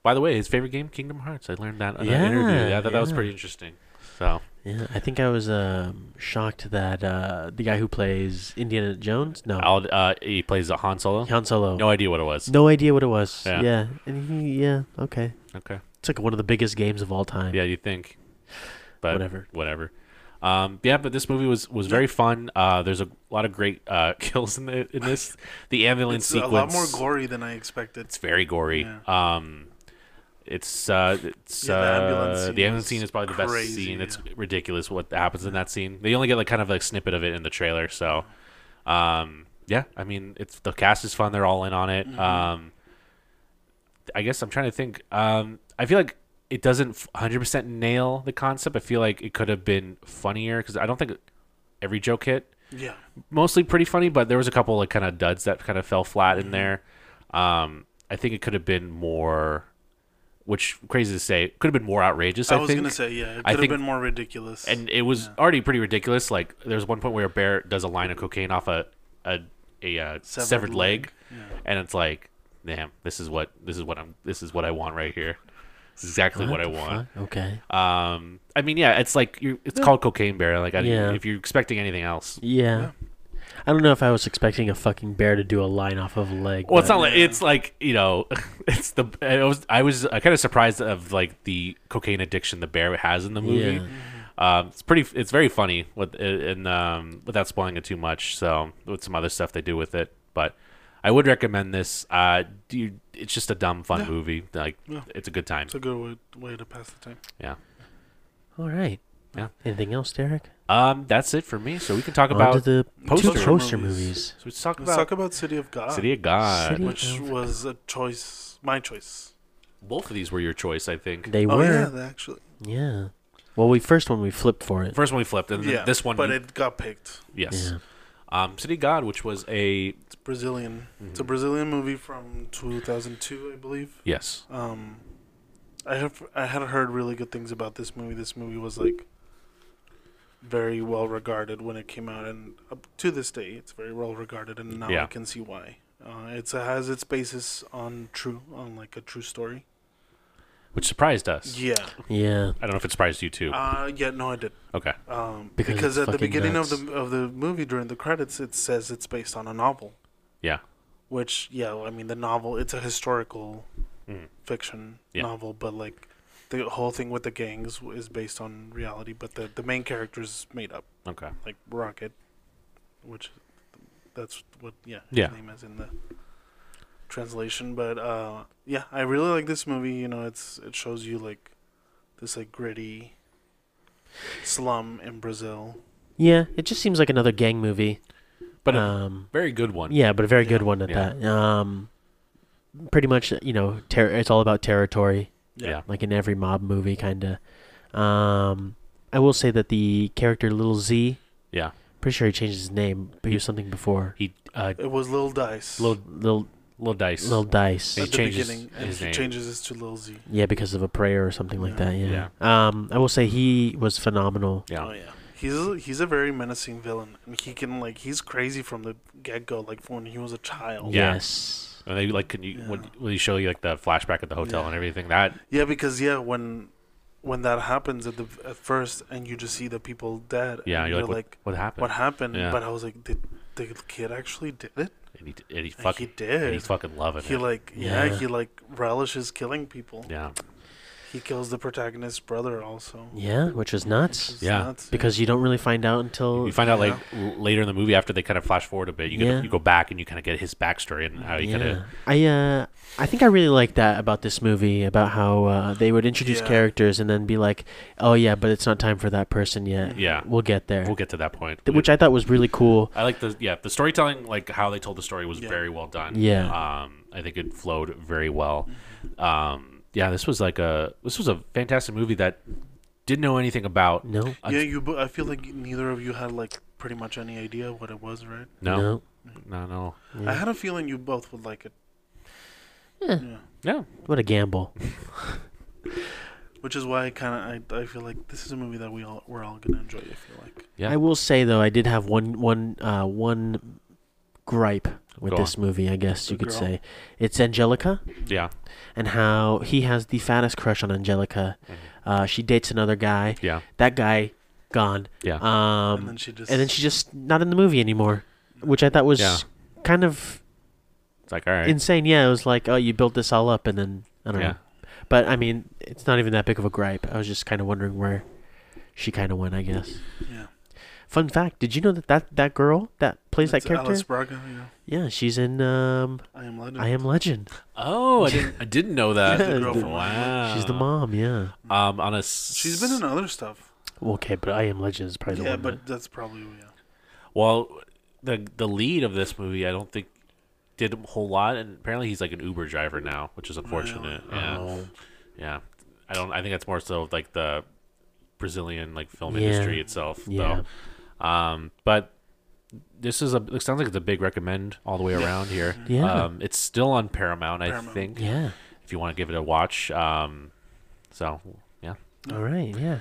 Speaker 3: by the way, his favorite game, Kingdom Hearts. I learned that in
Speaker 4: Yeah,
Speaker 3: an interview. Yeah, I thought that was
Speaker 4: yeah.
Speaker 3: pretty interesting. So
Speaker 4: Yeah, I think I was um, shocked that uh, the guy who plays Indiana Jones, no,
Speaker 3: I'll, uh, he plays a Han Solo.
Speaker 4: Han Solo,
Speaker 3: No idea what it was.
Speaker 4: no idea what it was.
Speaker 3: Yeah.
Speaker 4: Yeah, and he, yeah, okay,
Speaker 3: Okay.
Speaker 4: it's like one of the biggest games of all time.
Speaker 3: Yeah, you think. But
Speaker 4: Whatever.
Speaker 3: Whatever. Um, yeah, but this movie was, was very fun. Uh, there's a lot of great uh, kills in the in this. The ambulance
Speaker 5: It's a
Speaker 3: sequence.
Speaker 5: lot more gory than I expected.
Speaker 3: It's very gory. Um, it's uh, it's
Speaker 5: Yeah, the ambulance
Speaker 3: uh,
Speaker 5: scene
Speaker 3: the ambulance
Speaker 5: was
Speaker 3: scene is probably the best
Speaker 5: crazy,
Speaker 3: scene. It's
Speaker 5: yeah.
Speaker 3: ridiculous what happens in that scene. They only get like kind of like snippet of it in the trailer. So, um, yeah, I mean, it's the cast is fun. They're all in on it.
Speaker 5: Mm-hmm.
Speaker 3: Um, I guess I'm trying to think. Um, I feel like it doesn't f- 100% nail the concept. I feel like it could have been funnier because I don't think every joke hit
Speaker 5: Yeah.
Speaker 3: mostly pretty funny, but there was a couple like kind of duds that kind of fell flat in there. Um, I think it could have been more, which crazy to say, could have been more outrageous. I,
Speaker 5: I, was
Speaker 3: think.
Speaker 5: gonna say yeah. It could
Speaker 3: I
Speaker 5: have
Speaker 3: think-
Speaker 5: been more ridiculous.
Speaker 3: and it was already pretty ridiculous. Like there's one point where a bear does a line of cocaine off a a a uh, severed,
Speaker 5: Severed
Speaker 3: leg,
Speaker 5: leg.
Speaker 3: and it's like, damn, this is what this is what I'm this is what I want right here. This is exactly what, I
Speaker 4: the
Speaker 3: want.
Speaker 4: fuck? Okay.
Speaker 3: Um, I mean, yeah, it's like you it's called cocaine bear. Like, I,
Speaker 4: Yeah.
Speaker 3: if you're expecting anything else,
Speaker 4: Yeah. I don't know if I was expecting a fucking bear to do a line off of a leg.
Speaker 3: Well, it's
Speaker 4: but-
Speaker 3: not like it's like you know, it's the I was I was kind of surprised of like the cocaine addiction the bear has in the movie. Um, it's pretty. It's very funny with and um, without spoiling it too much. So with some other stuff they do with it, but I would recommend this. Uh, do you, it's just a dumb fun movie. Like
Speaker 5: Yeah.
Speaker 3: it's a good time.
Speaker 5: it's a good way, way to pass the time.
Speaker 3: yeah.
Speaker 4: All right.
Speaker 3: Yeah.
Speaker 4: Anything else, Derek?
Speaker 3: Um, that's it for me. So we can talk
Speaker 4: On to
Speaker 3: about.
Speaker 4: the
Speaker 3: poster
Speaker 4: two poster
Speaker 5: movies.
Speaker 4: movies.
Speaker 3: so let's talk
Speaker 5: Let's
Speaker 3: about,
Speaker 5: talk about City of God,
Speaker 3: City of God.
Speaker 4: City-
Speaker 5: which was a choice, my choice.
Speaker 3: Both of these were your choice, I think.
Speaker 4: They
Speaker 5: oh yeah,
Speaker 4: were.
Speaker 5: they actually.
Speaker 4: Yeah. Well, we first one we flipped for it.
Speaker 3: First one we flipped, and then
Speaker 5: Yeah,
Speaker 3: this one.
Speaker 5: but
Speaker 3: you-
Speaker 5: it got picked.
Speaker 3: yes.
Speaker 4: Yeah.
Speaker 3: Um, City of God, which was a
Speaker 5: It's Brazilian.
Speaker 3: Mm-hmm.
Speaker 5: It's a Brazilian movie from 2002, I believe.
Speaker 3: yes.
Speaker 5: Um, I have I had heard really good things about this movie. This movie was like very well regarded when it came out, and up to this day, it's very well regarded. And now
Speaker 3: Yeah.
Speaker 5: I can see why. Uh, it's, it has its basis on true, on like a true story.
Speaker 3: which surprised us.
Speaker 5: Yeah.
Speaker 4: Yeah.
Speaker 3: I don't know if it surprised you too.
Speaker 5: Uh, yeah. No, I did.
Speaker 3: okay.
Speaker 5: Um,
Speaker 4: Because
Speaker 5: because
Speaker 4: it's
Speaker 5: at the
Speaker 4: fucking
Speaker 5: beginning
Speaker 4: nuts.
Speaker 5: of the of the movie during the credits, it says it's based on a novel.
Speaker 3: Yeah.
Speaker 5: Which yeah, I mean the novel. It's a historical
Speaker 3: Mm.
Speaker 5: fiction
Speaker 3: Yeah.
Speaker 5: novel, but like the whole thing with the gangs w- is based on reality. But the the main character is made up,
Speaker 3: Okay.
Speaker 5: like Rocket, which that's what yeah his
Speaker 3: Yeah.
Speaker 5: name is in the translation. But uh, yeah, I really like this movie. You know, it's it shows you like this like gritty slum in Brazil.
Speaker 4: Yeah. It just seems like another gang movie.
Speaker 3: But a
Speaker 4: um,
Speaker 3: very good one.
Speaker 4: yeah, but a very
Speaker 5: Yeah.
Speaker 4: good one at
Speaker 3: Yeah.
Speaker 4: that. Um, pretty much, you know, ter- it's all about territory,
Speaker 3: Yeah.
Speaker 4: like in every mob movie, kind of. Um, I will say that the character Little Z,
Speaker 3: Yeah.
Speaker 4: pretty sure he changed his name, but he was something before.
Speaker 3: He uh
Speaker 5: It was Lil Dice.
Speaker 3: little
Speaker 4: Little
Speaker 3: little dice.
Speaker 4: Little Dice.
Speaker 3: He
Speaker 5: at the
Speaker 3: changes
Speaker 5: beginning, and
Speaker 3: his
Speaker 5: he
Speaker 3: name.
Speaker 5: changes this to Lil Z.
Speaker 4: Yeah, because of a prayer or something like
Speaker 5: Yeah.
Speaker 4: that. Yeah. Um, I will say he was phenomenal.
Speaker 3: yeah.
Speaker 5: Oh yeah, he's a, he's a very menacing villain, and he can like he's crazy from the get go, like from when he was a child.
Speaker 3: Oh, Yeah.
Speaker 4: Yes.
Speaker 3: And they like can you
Speaker 5: Yeah.
Speaker 3: when will he show you like the flashback at the hotel
Speaker 5: Yeah.
Speaker 3: and everything that
Speaker 5: Yeah, because yeah, when when that happens at the at first, and you just see the people dead.
Speaker 3: yeah
Speaker 5: and
Speaker 3: you're, like,
Speaker 5: like,
Speaker 3: what, what happened
Speaker 5: what happened?
Speaker 3: Yeah.
Speaker 5: But I was like, did the kid actually did it?
Speaker 3: and he and he
Speaker 5: And
Speaker 3: fucking
Speaker 5: he
Speaker 3: and
Speaker 5: did.
Speaker 3: he's fucking loving
Speaker 5: he
Speaker 3: it
Speaker 5: like yeah.
Speaker 4: Yeah.
Speaker 5: he like relishes killing people.
Speaker 3: yeah
Speaker 5: He kills the protagonist's brother also.
Speaker 4: Yeah, which was
Speaker 5: which
Speaker 4: nuts
Speaker 5: is
Speaker 3: Yeah.
Speaker 5: nuts,
Speaker 4: because you don't really find out until
Speaker 3: you find out like
Speaker 5: yeah.
Speaker 3: l- later in the movie after they kind of flash forward a bit you get,
Speaker 4: Yeah.
Speaker 3: you go back and you kind of get his backstory and how he kind of
Speaker 4: I uh, I think I really like that about this movie about how uh, they would introduce
Speaker 5: Yeah.
Speaker 4: characters and then be like, oh yeah, but it's not time for that person yet.
Speaker 3: Yeah.
Speaker 4: we'll get there.
Speaker 3: we'll get to that point
Speaker 4: Th- Which I thought was really cool.
Speaker 3: I like the yeah the storytelling like how they told the story was
Speaker 5: Yeah.
Speaker 3: very well done.
Speaker 4: Yeah.
Speaker 3: um, I think it flowed very well. Um, yeah, this was like a this was a fantastic movie that didn't know anything about.
Speaker 4: No,
Speaker 3: I-
Speaker 5: yeah, you. bo- I feel like neither of you had like pretty much any idea what it was, right?
Speaker 3: No, no, no.
Speaker 4: no.
Speaker 3: Mm.
Speaker 5: I had a feeling you both would like it.
Speaker 4: Yeah.
Speaker 3: Yeah,
Speaker 4: What a gamble.
Speaker 5: Which is why I kind of I, I feel like this is a movie that we all we're all gonna enjoy. I feel like
Speaker 3: Yeah.
Speaker 4: I will say though, I did have one one uh, one gripe with
Speaker 3: Go
Speaker 4: this movie, I guess you
Speaker 5: Good
Speaker 4: could
Speaker 5: girl.
Speaker 4: say. It's Angelica
Speaker 3: Yeah,
Speaker 4: and how he has the fattest crush on Angelica.
Speaker 5: Mm-hmm.
Speaker 4: Uh, she dates another guy.
Speaker 3: yeah,
Speaker 4: That guy gone.
Speaker 3: yeah.
Speaker 4: Um,
Speaker 5: Uh-huh. and then she just
Speaker 4: she's just not in the movie anymore, which I thought was
Speaker 3: Yeah.
Speaker 4: kind of
Speaker 3: it's like all right.
Speaker 4: insane. Yeah, it was like, oh, you built this all up, and then I don't
Speaker 3: Yeah.
Speaker 4: know. But I mean, it's not even that big of a gripe. I was just kind of wondering where she kind of went. I guess.
Speaker 5: yeah.
Speaker 4: Fun fact: Did you know that that, that girl that plays
Speaker 5: That's
Speaker 4: that character?
Speaker 5: Alice Braga, yeah.
Speaker 4: Yeah, she's in um,
Speaker 5: I am legend.
Speaker 4: I Am Legend.
Speaker 3: oh, I didn't. I didn't know that.
Speaker 5: She's the girl from-
Speaker 3: wow.
Speaker 4: She's the mom. Yeah.
Speaker 3: Um, on a.
Speaker 5: She's been in other stuff.
Speaker 4: Okay, but I Am Legend is probably the
Speaker 5: Yeah,
Speaker 4: one.
Speaker 5: but that's probably yeah.
Speaker 3: Well, the the lead of this movie, I don't think did a whole lot, and apparently he's like an Uber driver now, which is unfortunate.
Speaker 4: that-
Speaker 3: Yeah,
Speaker 4: Oh.
Speaker 3: yeah. I don't. I think that's more so like the Brazilian like film
Speaker 4: Yeah.
Speaker 3: industry itself.
Speaker 4: Yeah.
Speaker 3: Though. Um, but this is a. It sounds like it's a big recommend all the way around here.
Speaker 4: Yeah.
Speaker 3: Um, it's still on Paramount, I
Speaker 5: Paramount.
Speaker 3: think.
Speaker 4: Yeah.
Speaker 3: If you want to give it a watch. Um, so yeah.
Speaker 4: All right. Yeah.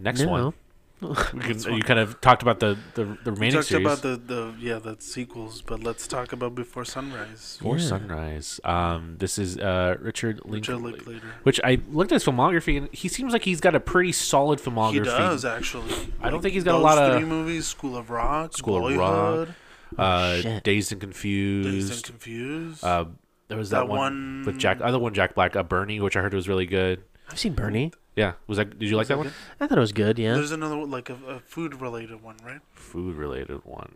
Speaker 3: Next
Speaker 4: No.
Speaker 3: one. We can- you kind of talked about the the, the
Speaker 5: We
Speaker 3: remaining
Speaker 5: talked
Speaker 3: series.
Speaker 5: about the, the yeah, the sequels, but let's talk about Before Sunrise.
Speaker 3: Before
Speaker 4: Yeah.
Speaker 3: Sunrise. Um, this is uh, Richard Link,
Speaker 5: Which I like later.
Speaker 3: which I looked at his filmography, and he seems like he's got a pretty solid filmography.
Speaker 5: He does actually.
Speaker 3: I don't
Speaker 5: Like,
Speaker 3: think he's got a
Speaker 5: those
Speaker 3: lot of-
Speaker 5: three movies: School of Rock,
Speaker 3: School of
Speaker 5: Boyhood,
Speaker 3: Uh,
Speaker 4: Shit.
Speaker 3: Dazed and Confused.
Speaker 5: Dazed and Confused.
Speaker 3: uh, there was that,
Speaker 5: that
Speaker 3: one,
Speaker 5: one
Speaker 3: with Jack, other one Jack Black, uh, Bernie, which I heard was really good.
Speaker 4: I've seen Bernie.
Speaker 3: Yeah, was that? Did you like that
Speaker 5: that
Speaker 3: one?
Speaker 4: I thought it was good. Yeah.
Speaker 5: There's another one, like a, a food-related one, right?
Speaker 3: Food related one.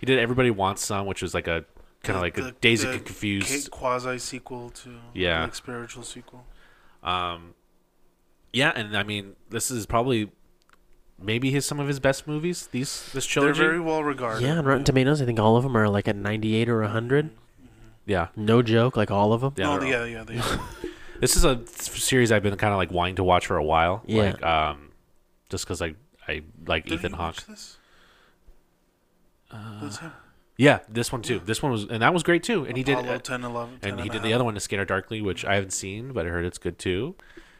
Speaker 3: He did Everybody Wants Some, which was like a kind
Speaker 5: The-
Speaker 3: of like a
Speaker 5: the-
Speaker 3: Dazed
Speaker 5: the
Speaker 3: and Confused.
Speaker 5: quasi sequel to
Speaker 3: Yeah.
Speaker 5: like spiritual sequel.
Speaker 3: Um, yeah, and I mean, this is probably maybe his some of his best movies. These this
Speaker 5: They're
Speaker 3: trilogy.
Speaker 5: very well regarded.
Speaker 4: yeah, on Rotten Tomatoes, I think all of them are like at 98 or 100.
Speaker 3: yeah.
Speaker 4: No joke, like all of them.
Speaker 3: Yeah,
Speaker 5: No,
Speaker 3: they're all-
Speaker 5: Oh, yeah, yeah, they are.
Speaker 3: This is a th- series I've been kind of like wanting to watch for a while.
Speaker 4: Yeah.
Speaker 3: Like, um, just because I I like
Speaker 5: Did
Speaker 3: Ethan
Speaker 5: you
Speaker 3: Hawke.
Speaker 5: watch this?
Speaker 3: Uh,
Speaker 5: That's him.
Speaker 3: Yeah, this one too. This one was and that was great too. And he did
Speaker 5: Apollo
Speaker 3: uh,
Speaker 5: 10, 11, 10
Speaker 3: and he
Speaker 5: a
Speaker 3: did the
Speaker 5: half.
Speaker 3: other one, Scanner Darkly, which I haven't seen, but I heard it's good too.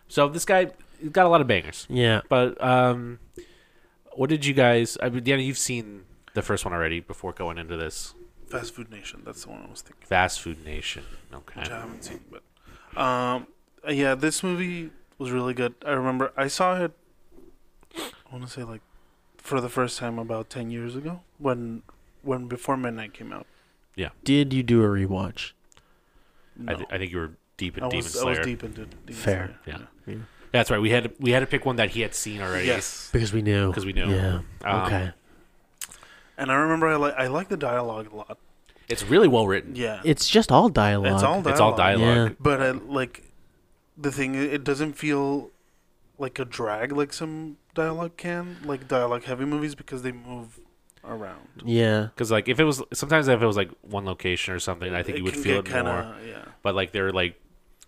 Speaker 3: So this guy he's got a lot of bangers.
Speaker 4: Yeah.
Speaker 3: But um, what did you guys? I mean, Deanna, you've seen the first one already before going into this.
Speaker 5: Fast Food Nation. That's the one I was thinking.
Speaker 3: Fast Food Nation. Okay.
Speaker 5: which I haven't seen, but um, yeah, this movie was really good. I remember I saw it. I want to say like for the first time about ten years ago when when before Midnight came out.
Speaker 4: Did you do a rewatch?
Speaker 5: No.
Speaker 3: I, th- I think you were deep in
Speaker 5: I
Speaker 3: Demon
Speaker 5: was, I
Speaker 3: Slayer.
Speaker 5: was deep into Demon
Speaker 4: Fair.
Speaker 5: Slayer,
Speaker 3: Yeah. That's right. We had to, we had to pick one that he had seen already.
Speaker 5: Yes,
Speaker 4: Because we knew.
Speaker 3: 'Cause we knew.
Speaker 4: Yeah.
Speaker 3: Um,
Speaker 4: okay.
Speaker 5: and I remember I like I like the dialogue a lot.
Speaker 3: It's really well written.
Speaker 5: Yeah,
Speaker 4: It's just all dialogue.
Speaker 5: it's all dialogue.
Speaker 3: It's all
Speaker 4: Yeah.
Speaker 3: dialogue.
Speaker 5: But I like the thing. It doesn't feel like a drag like some dialogue can, like dialogue heavy movies, because they move around.
Speaker 4: Yeah.
Speaker 3: Because like if it was sometimes if it was like one location or something, I think you would
Speaker 5: can
Speaker 3: feel it
Speaker 5: get kinda-
Speaker 3: more.
Speaker 5: Yeah.
Speaker 3: But like they're like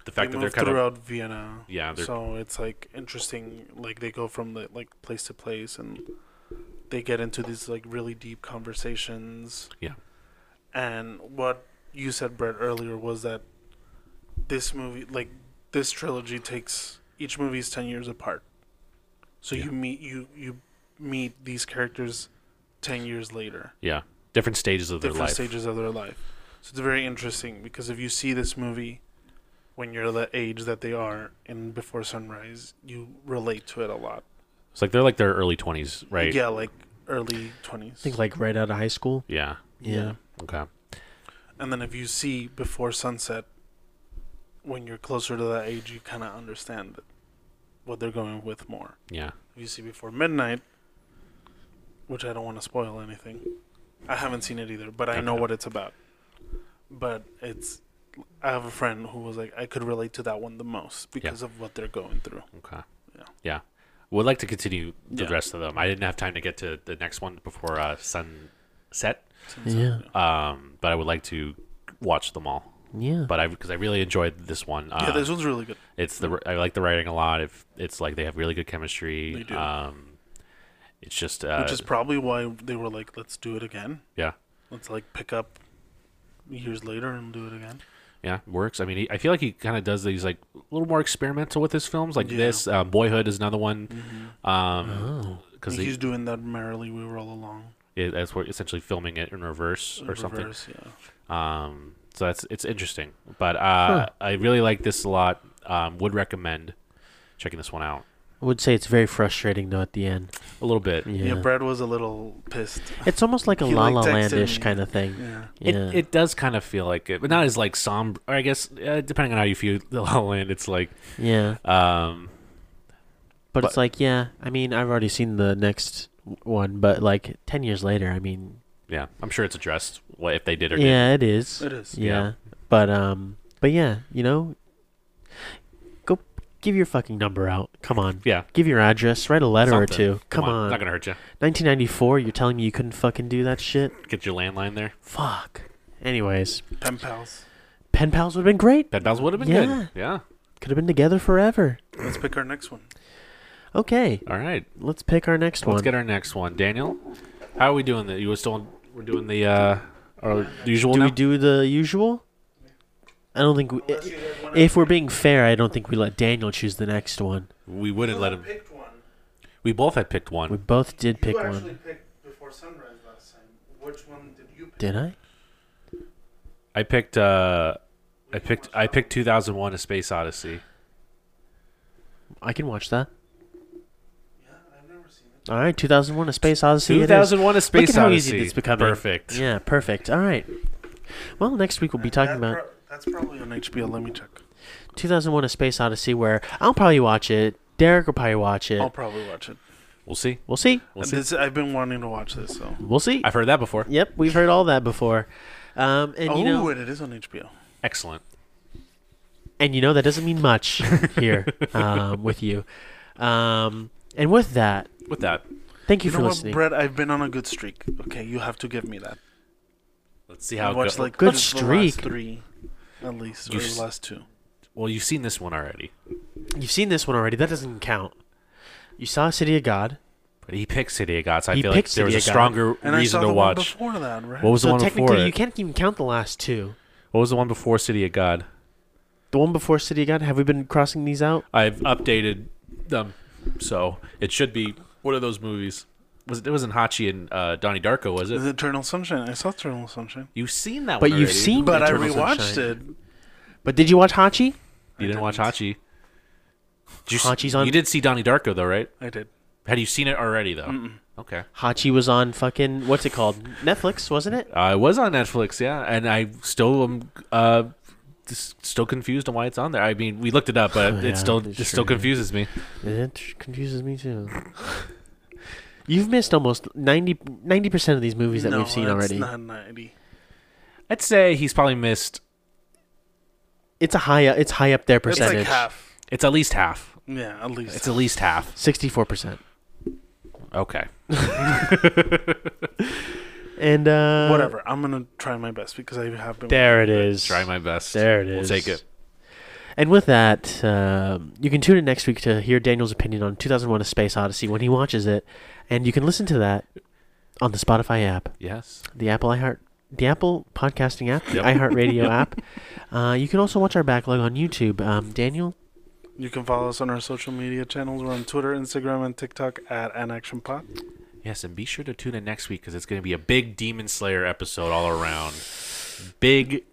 Speaker 3: the
Speaker 5: They
Speaker 3: fact that they're
Speaker 5: move
Speaker 3: kind of
Speaker 5: throughout Vienna.
Speaker 3: yeah they're
Speaker 5: So it's like interesting. Like they go from the, like place to place, and they get into these like really deep conversations.
Speaker 3: Yeah.
Speaker 5: And what you said, Brett, earlier was that this movie, like this trilogy, takes each movie is ten years apart. So
Speaker 3: Yeah.
Speaker 5: you meet you you meet these characters ten years later
Speaker 3: yeah different stages of their
Speaker 5: different
Speaker 3: life.
Speaker 5: stages of their life. So it's very interesting because if you see this movie when you're the age that they are in Before Sunrise, you relate to it a lot.
Speaker 3: It's like they're like their early twenties, right?
Speaker 5: Yeah, like early 20s.
Speaker 4: I think like right out of high school.
Speaker 3: Yeah.
Speaker 4: Yeah.
Speaker 3: Okay.
Speaker 5: and then if you see Before Sunset when you're closer to that age, you kind of understand what they're going with more.
Speaker 3: Yeah.
Speaker 5: If you see Before Midnight, which I don't want to spoil anything, I haven't seen it either, but I know
Speaker 3: Okay.
Speaker 5: what it's about. But it's, I have a friend who was like, I could relate to that one the most because of what they're going through.
Speaker 3: Okay.
Speaker 5: Yeah.
Speaker 3: Yeah. Would like to continue the
Speaker 5: Yeah.
Speaker 3: rest of them. I didn't have time to get to the next one before uh, sunset,
Speaker 5: Since, uh,
Speaker 4: Yeah.
Speaker 3: um, but I would like to watch them all.
Speaker 4: Yeah.
Speaker 3: But I because I really enjoyed this one. Uh,
Speaker 5: yeah, this one's really good.
Speaker 3: It's the I like the writing a lot. If it's like they have really good chemistry.
Speaker 5: They do.
Speaker 3: Um, it's just uh,
Speaker 5: which is probably why they were like, let's do it again.
Speaker 3: yeah,
Speaker 5: Let's like pick up years later and do it again.
Speaker 3: yeah, works. I mean, he, I feel like he kind of does these like a little more experimental with his films, like
Speaker 5: Yeah. Mm-hmm.
Speaker 3: this. Um, Boyhood is another one. Um 'cause
Speaker 4: Oh.
Speaker 3: because
Speaker 5: He's doing that merrily we roll along.
Speaker 3: It, as we're essentially filming it in reverse or something.
Speaker 5: Reverse, yeah.
Speaker 3: Um, so that's it's interesting, but uh, I really like this a lot. Um, would recommend checking this one out
Speaker 4: I would say it's very frustrating though at the end.
Speaker 3: a little bit.
Speaker 4: Yeah,
Speaker 5: yeah. Brad was a little pissed.
Speaker 4: it's almost like a
Speaker 5: He,
Speaker 4: La
Speaker 5: like,
Speaker 4: La
Speaker 5: texted
Speaker 4: Landish
Speaker 5: me.
Speaker 4: kind of thing.
Speaker 5: Yeah.
Speaker 3: It,
Speaker 4: Yeah.
Speaker 3: it does kind of feel like it, but not as like somber. Or I guess uh, depending on how you feel The La La Land, it's like
Speaker 4: yeah.
Speaker 3: um,
Speaker 4: But,
Speaker 3: But-
Speaker 4: it's like, yeah, I mean, I've already seen the next w- one, but like 10 years later, I mean,
Speaker 3: yeah. I'm sure it's addressed what if they did or didn't.
Speaker 4: yeah, it is.
Speaker 5: It is.
Speaker 4: Yeah.
Speaker 3: yeah.
Speaker 4: But um but yeah, you know, go give your fucking number out. Come on.
Speaker 3: Yeah.
Speaker 4: Give your address, write a letter or
Speaker 3: something.
Speaker 4: two. Come, on.
Speaker 3: not gonna hurt you.
Speaker 4: 1994, you're telling me you couldn't fucking do that shit?
Speaker 3: Get your landline there.
Speaker 4: Fuck. Anyways,
Speaker 5: Pen pals.
Speaker 4: pen pals would have been great.
Speaker 3: That does would have been
Speaker 4: Yeah.
Speaker 3: good. Yeah.
Speaker 4: Could have been together forever.
Speaker 5: Let's pick our next one.
Speaker 4: Okay,
Speaker 3: All right.
Speaker 4: let's pick our next
Speaker 3: Let's
Speaker 4: one.
Speaker 3: get our next one, Daniel. How are we doing? That you were still we're doing the uh, our usual
Speaker 4: do
Speaker 3: now?
Speaker 4: we do the usual? I don't think we, if we're being fair, I don't think we let Daniel choose the next one.
Speaker 3: we wouldn't let him.
Speaker 5: picked one.
Speaker 3: We both had picked one.
Speaker 4: We both did pick one.
Speaker 5: picked before sunrise last time. Which one did you pick?
Speaker 4: Did I?
Speaker 3: I picked uh I picked I picked 2001 A Space Odyssey.
Speaker 4: I can watch that.
Speaker 5: Yeah, I've never seen it.
Speaker 4: All right, 2001: A Space Odyssey. it is.
Speaker 3: 2001 A
Speaker 4: Look
Speaker 3: Space
Speaker 4: at how
Speaker 3: Odyssey.
Speaker 4: easy it's becoming.
Speaker 3: Perfect.
Speaker 4: Yeah, perfect. All right. Well, next week we'll be talking about
Speaker 5: that's probably on HBO. Let me check.
Speaker 4: 2001: A Space Odyssey, where I'll probably watch it. Derek will probably watch it.
Speaker 5: I'll probably watch it.
Speaker 3: We'll see.
Speaker 4: We'll see.
Speaker 3: We'll see.
Speaker 5: This- I've been wanting to watch this. So.
Speaker 4: We'll see.
Speaker 3: I've heard that before.
Speaker 4: Yep, we've heard all that before. Um, and
Speaker 5: oh,
Speaker 4: you know,
Speaker 5: and it is on HBO.
Speaker 3: Excellent.
Speaker 4: and you know that doesn't mean much here um, with you. Um, and with that,
Speaker 3: With that,
Speaker 4: thank you,
Speaker 5: You know
Speaker 4: for
Speaker 5: what,
Speaker 4: listening.
Speaker 5: Brett? I've been on a good streak. Okay, you have to give me that.
Speaker 3: let's see
Speaker 5: I
Speaker 3: how it
Speaker 5: watched
Speaker 3: goes.
Speaker 5: like
Speaker 4: Good
Speaker 5: just
Speaker 4: streak.
Speaker 5: The last three, at least,
Speaker 3: You
Speaker 5: or
Speaker 3: s-
Speaker 5: the last two.
Speaker 3: well, you've seen this one already,
Speaker 4: You've seen this one already. That doesn't count. You saw City of God.
Speaker 3: but he picked City of God, so I
Speaker 4: He
Speaker 3: feel
Speaker 4: picked
Speaker 3: like there was a
Speaker 4: City of God.
Speaker 3: stronger
Speaker 5: And I
Speaker 3: reason
Speaker 5: saw
Speaker 3: to
Speaker 5: the one
Speaker 3: watch.
Speaker 5: before that, right?
Speaker 3: What was the
Speaker 4: So
Speaker 3: one before
Speaker 4: technically,
Speaker 3: it?
Speaker 4: you can't even count the last two.
Speaker 3: What was the one before City of God?
Speaker 4: The one before City of God. Have we been crossing these out?
Speaker 3: I've updated them, so it should be one of those movies. Was it, it wasn't Hachi and uh, Donnie Darko? Was it?
Speaker 5: The Eternal Sunshine. I saw Eternal Sunshine,
Speaker 3: You've seen that
Speaker 4: But
Speaker 3: one,
Speaker 4: you've
Speaker 3: already.
Speaker 4: seen-
Speaker 5: but
Speaker 4: Eternal
Speaker 5: I rewatched
Speaker 4: Sunshine. But did you watch Hachi?
Speaker 3: You didn't watch Hachi. Did you, s-
Speaker 4: Hachi's on-
Speaker 3: You did see Donnie Darko though, right?
Speaker 5: it. I did.
Speaker 3: Had you seen it already though? Okay.
Speaker 4: Hachi was on fucking what's it called? Netflix, wasn't it?
Speaker 3: Uh, it was on Netflix, yeah, and I still am uh, just still confused on why it's on there. I mean, we looked it up, but
Speaker 4: Oh, Yeah,
Speaker 3: it still
Speaker 4: it's
Speaker 3: it still
Speaker 4: true.
Speaker 3: confuses me.
Speaker 4: It confuses me too. You've missed almost 90 percent of these movies that
Speaker 5: no,
Speaker 4: we've seen
Speaker 5: that's
Speaker 4: already.
Speaker 5: Not ninety.
Speaker 3: I'd say he's probably missed.
Speaker 4: It's a high. It's high up there
Speaker 5: It's like
Speaker 4: percentage.
Speaker 5: half.
Speaker 3: It's at least half.
Speaker 5: Yeah, at least.
Speaker 3: It's at least half.
Speaker 4: Sixty-four percent.
Speaker 3: Okay.
Speaker 4: And uh,
Speaker 5: Whatever. I'm gonna try my best because I have been.
Speaker 4: There it is.
Speaker 3: Try my best.
Speaker 4: There it
Speaker 3: We'll
Speaker 4: is.
Speaker 3: take it.
Speaker 4: And with that, um, you can tune in next week to hear Daniel's opinion on 2001: A Space Odyssey when he watches it, and you can listen to that on the Spotify app.
Speaker 3: Yes.
Speaker 4: the Apple iHeart, the Apple podcasting app, the
Speaker 3: Yep.
Speaker 4: iHeartRadio app. Uh, you can also watch our backlog on YouTube. Um, Daniel,
Speaker 5: You can follow us on our social media channels. We're on Twitter, Instagram, and TikTok at An Action Pod.
Speaker 3: Yes, and be sure to tune in next week because it's going to be a big Demon Slayer episode all around. Big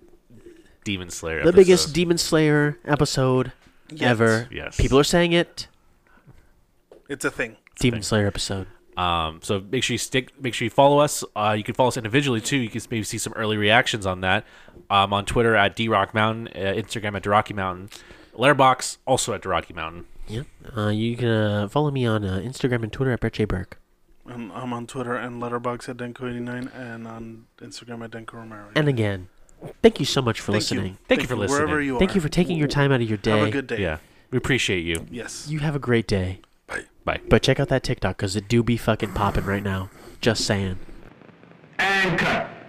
Speaker 3: Demon Slayer.
Speaker 4: the biggest
Speaker 3: episode.
Speaker 4: Demon Slayer episode ever.
Speaker 3: Yes.
Speaker 4: People are saying it.
Speaker 5: It's a thing.
Speaker 4: Demon Slayer episode.
Speaker 3: Um, so make sure you stick. Make sure you follow us. Uh, you can follow us individually too. You can maybe see some early reactions on that. Um, on Twitter at drock Mountain, uh, Instagram at Rocky Mountain, Letterbox also at Rocky Mountain.
Speaker 4: Yeah. Uh, you can uh, follow me on uh, Instagram and Twitter at Brett J. Burke.
Speaker 5: I'm, I'm on Twitter and Letterbox at Denko89 and on Instagram at Denko Romero.
Speaker 4: And again, thank you so much for
Speaker 5: Thank you.
Speaker 4: listening.
Speaker 3: Thank you for listening.
Speaker 5: Wherever you are.
Speaker 4: Thank you for taking your time out of your day.
Speaker 5: Have a good day.
Speaker 3: Yeah, we appreciate you.
Speaker 5: Yes.
Speaker 4: You have a great day.
Speaker 3: Bye.
Speaker 4: But check out that TikTok because it do be fucking popping right now. Just saying.
Speaker 1: And cut.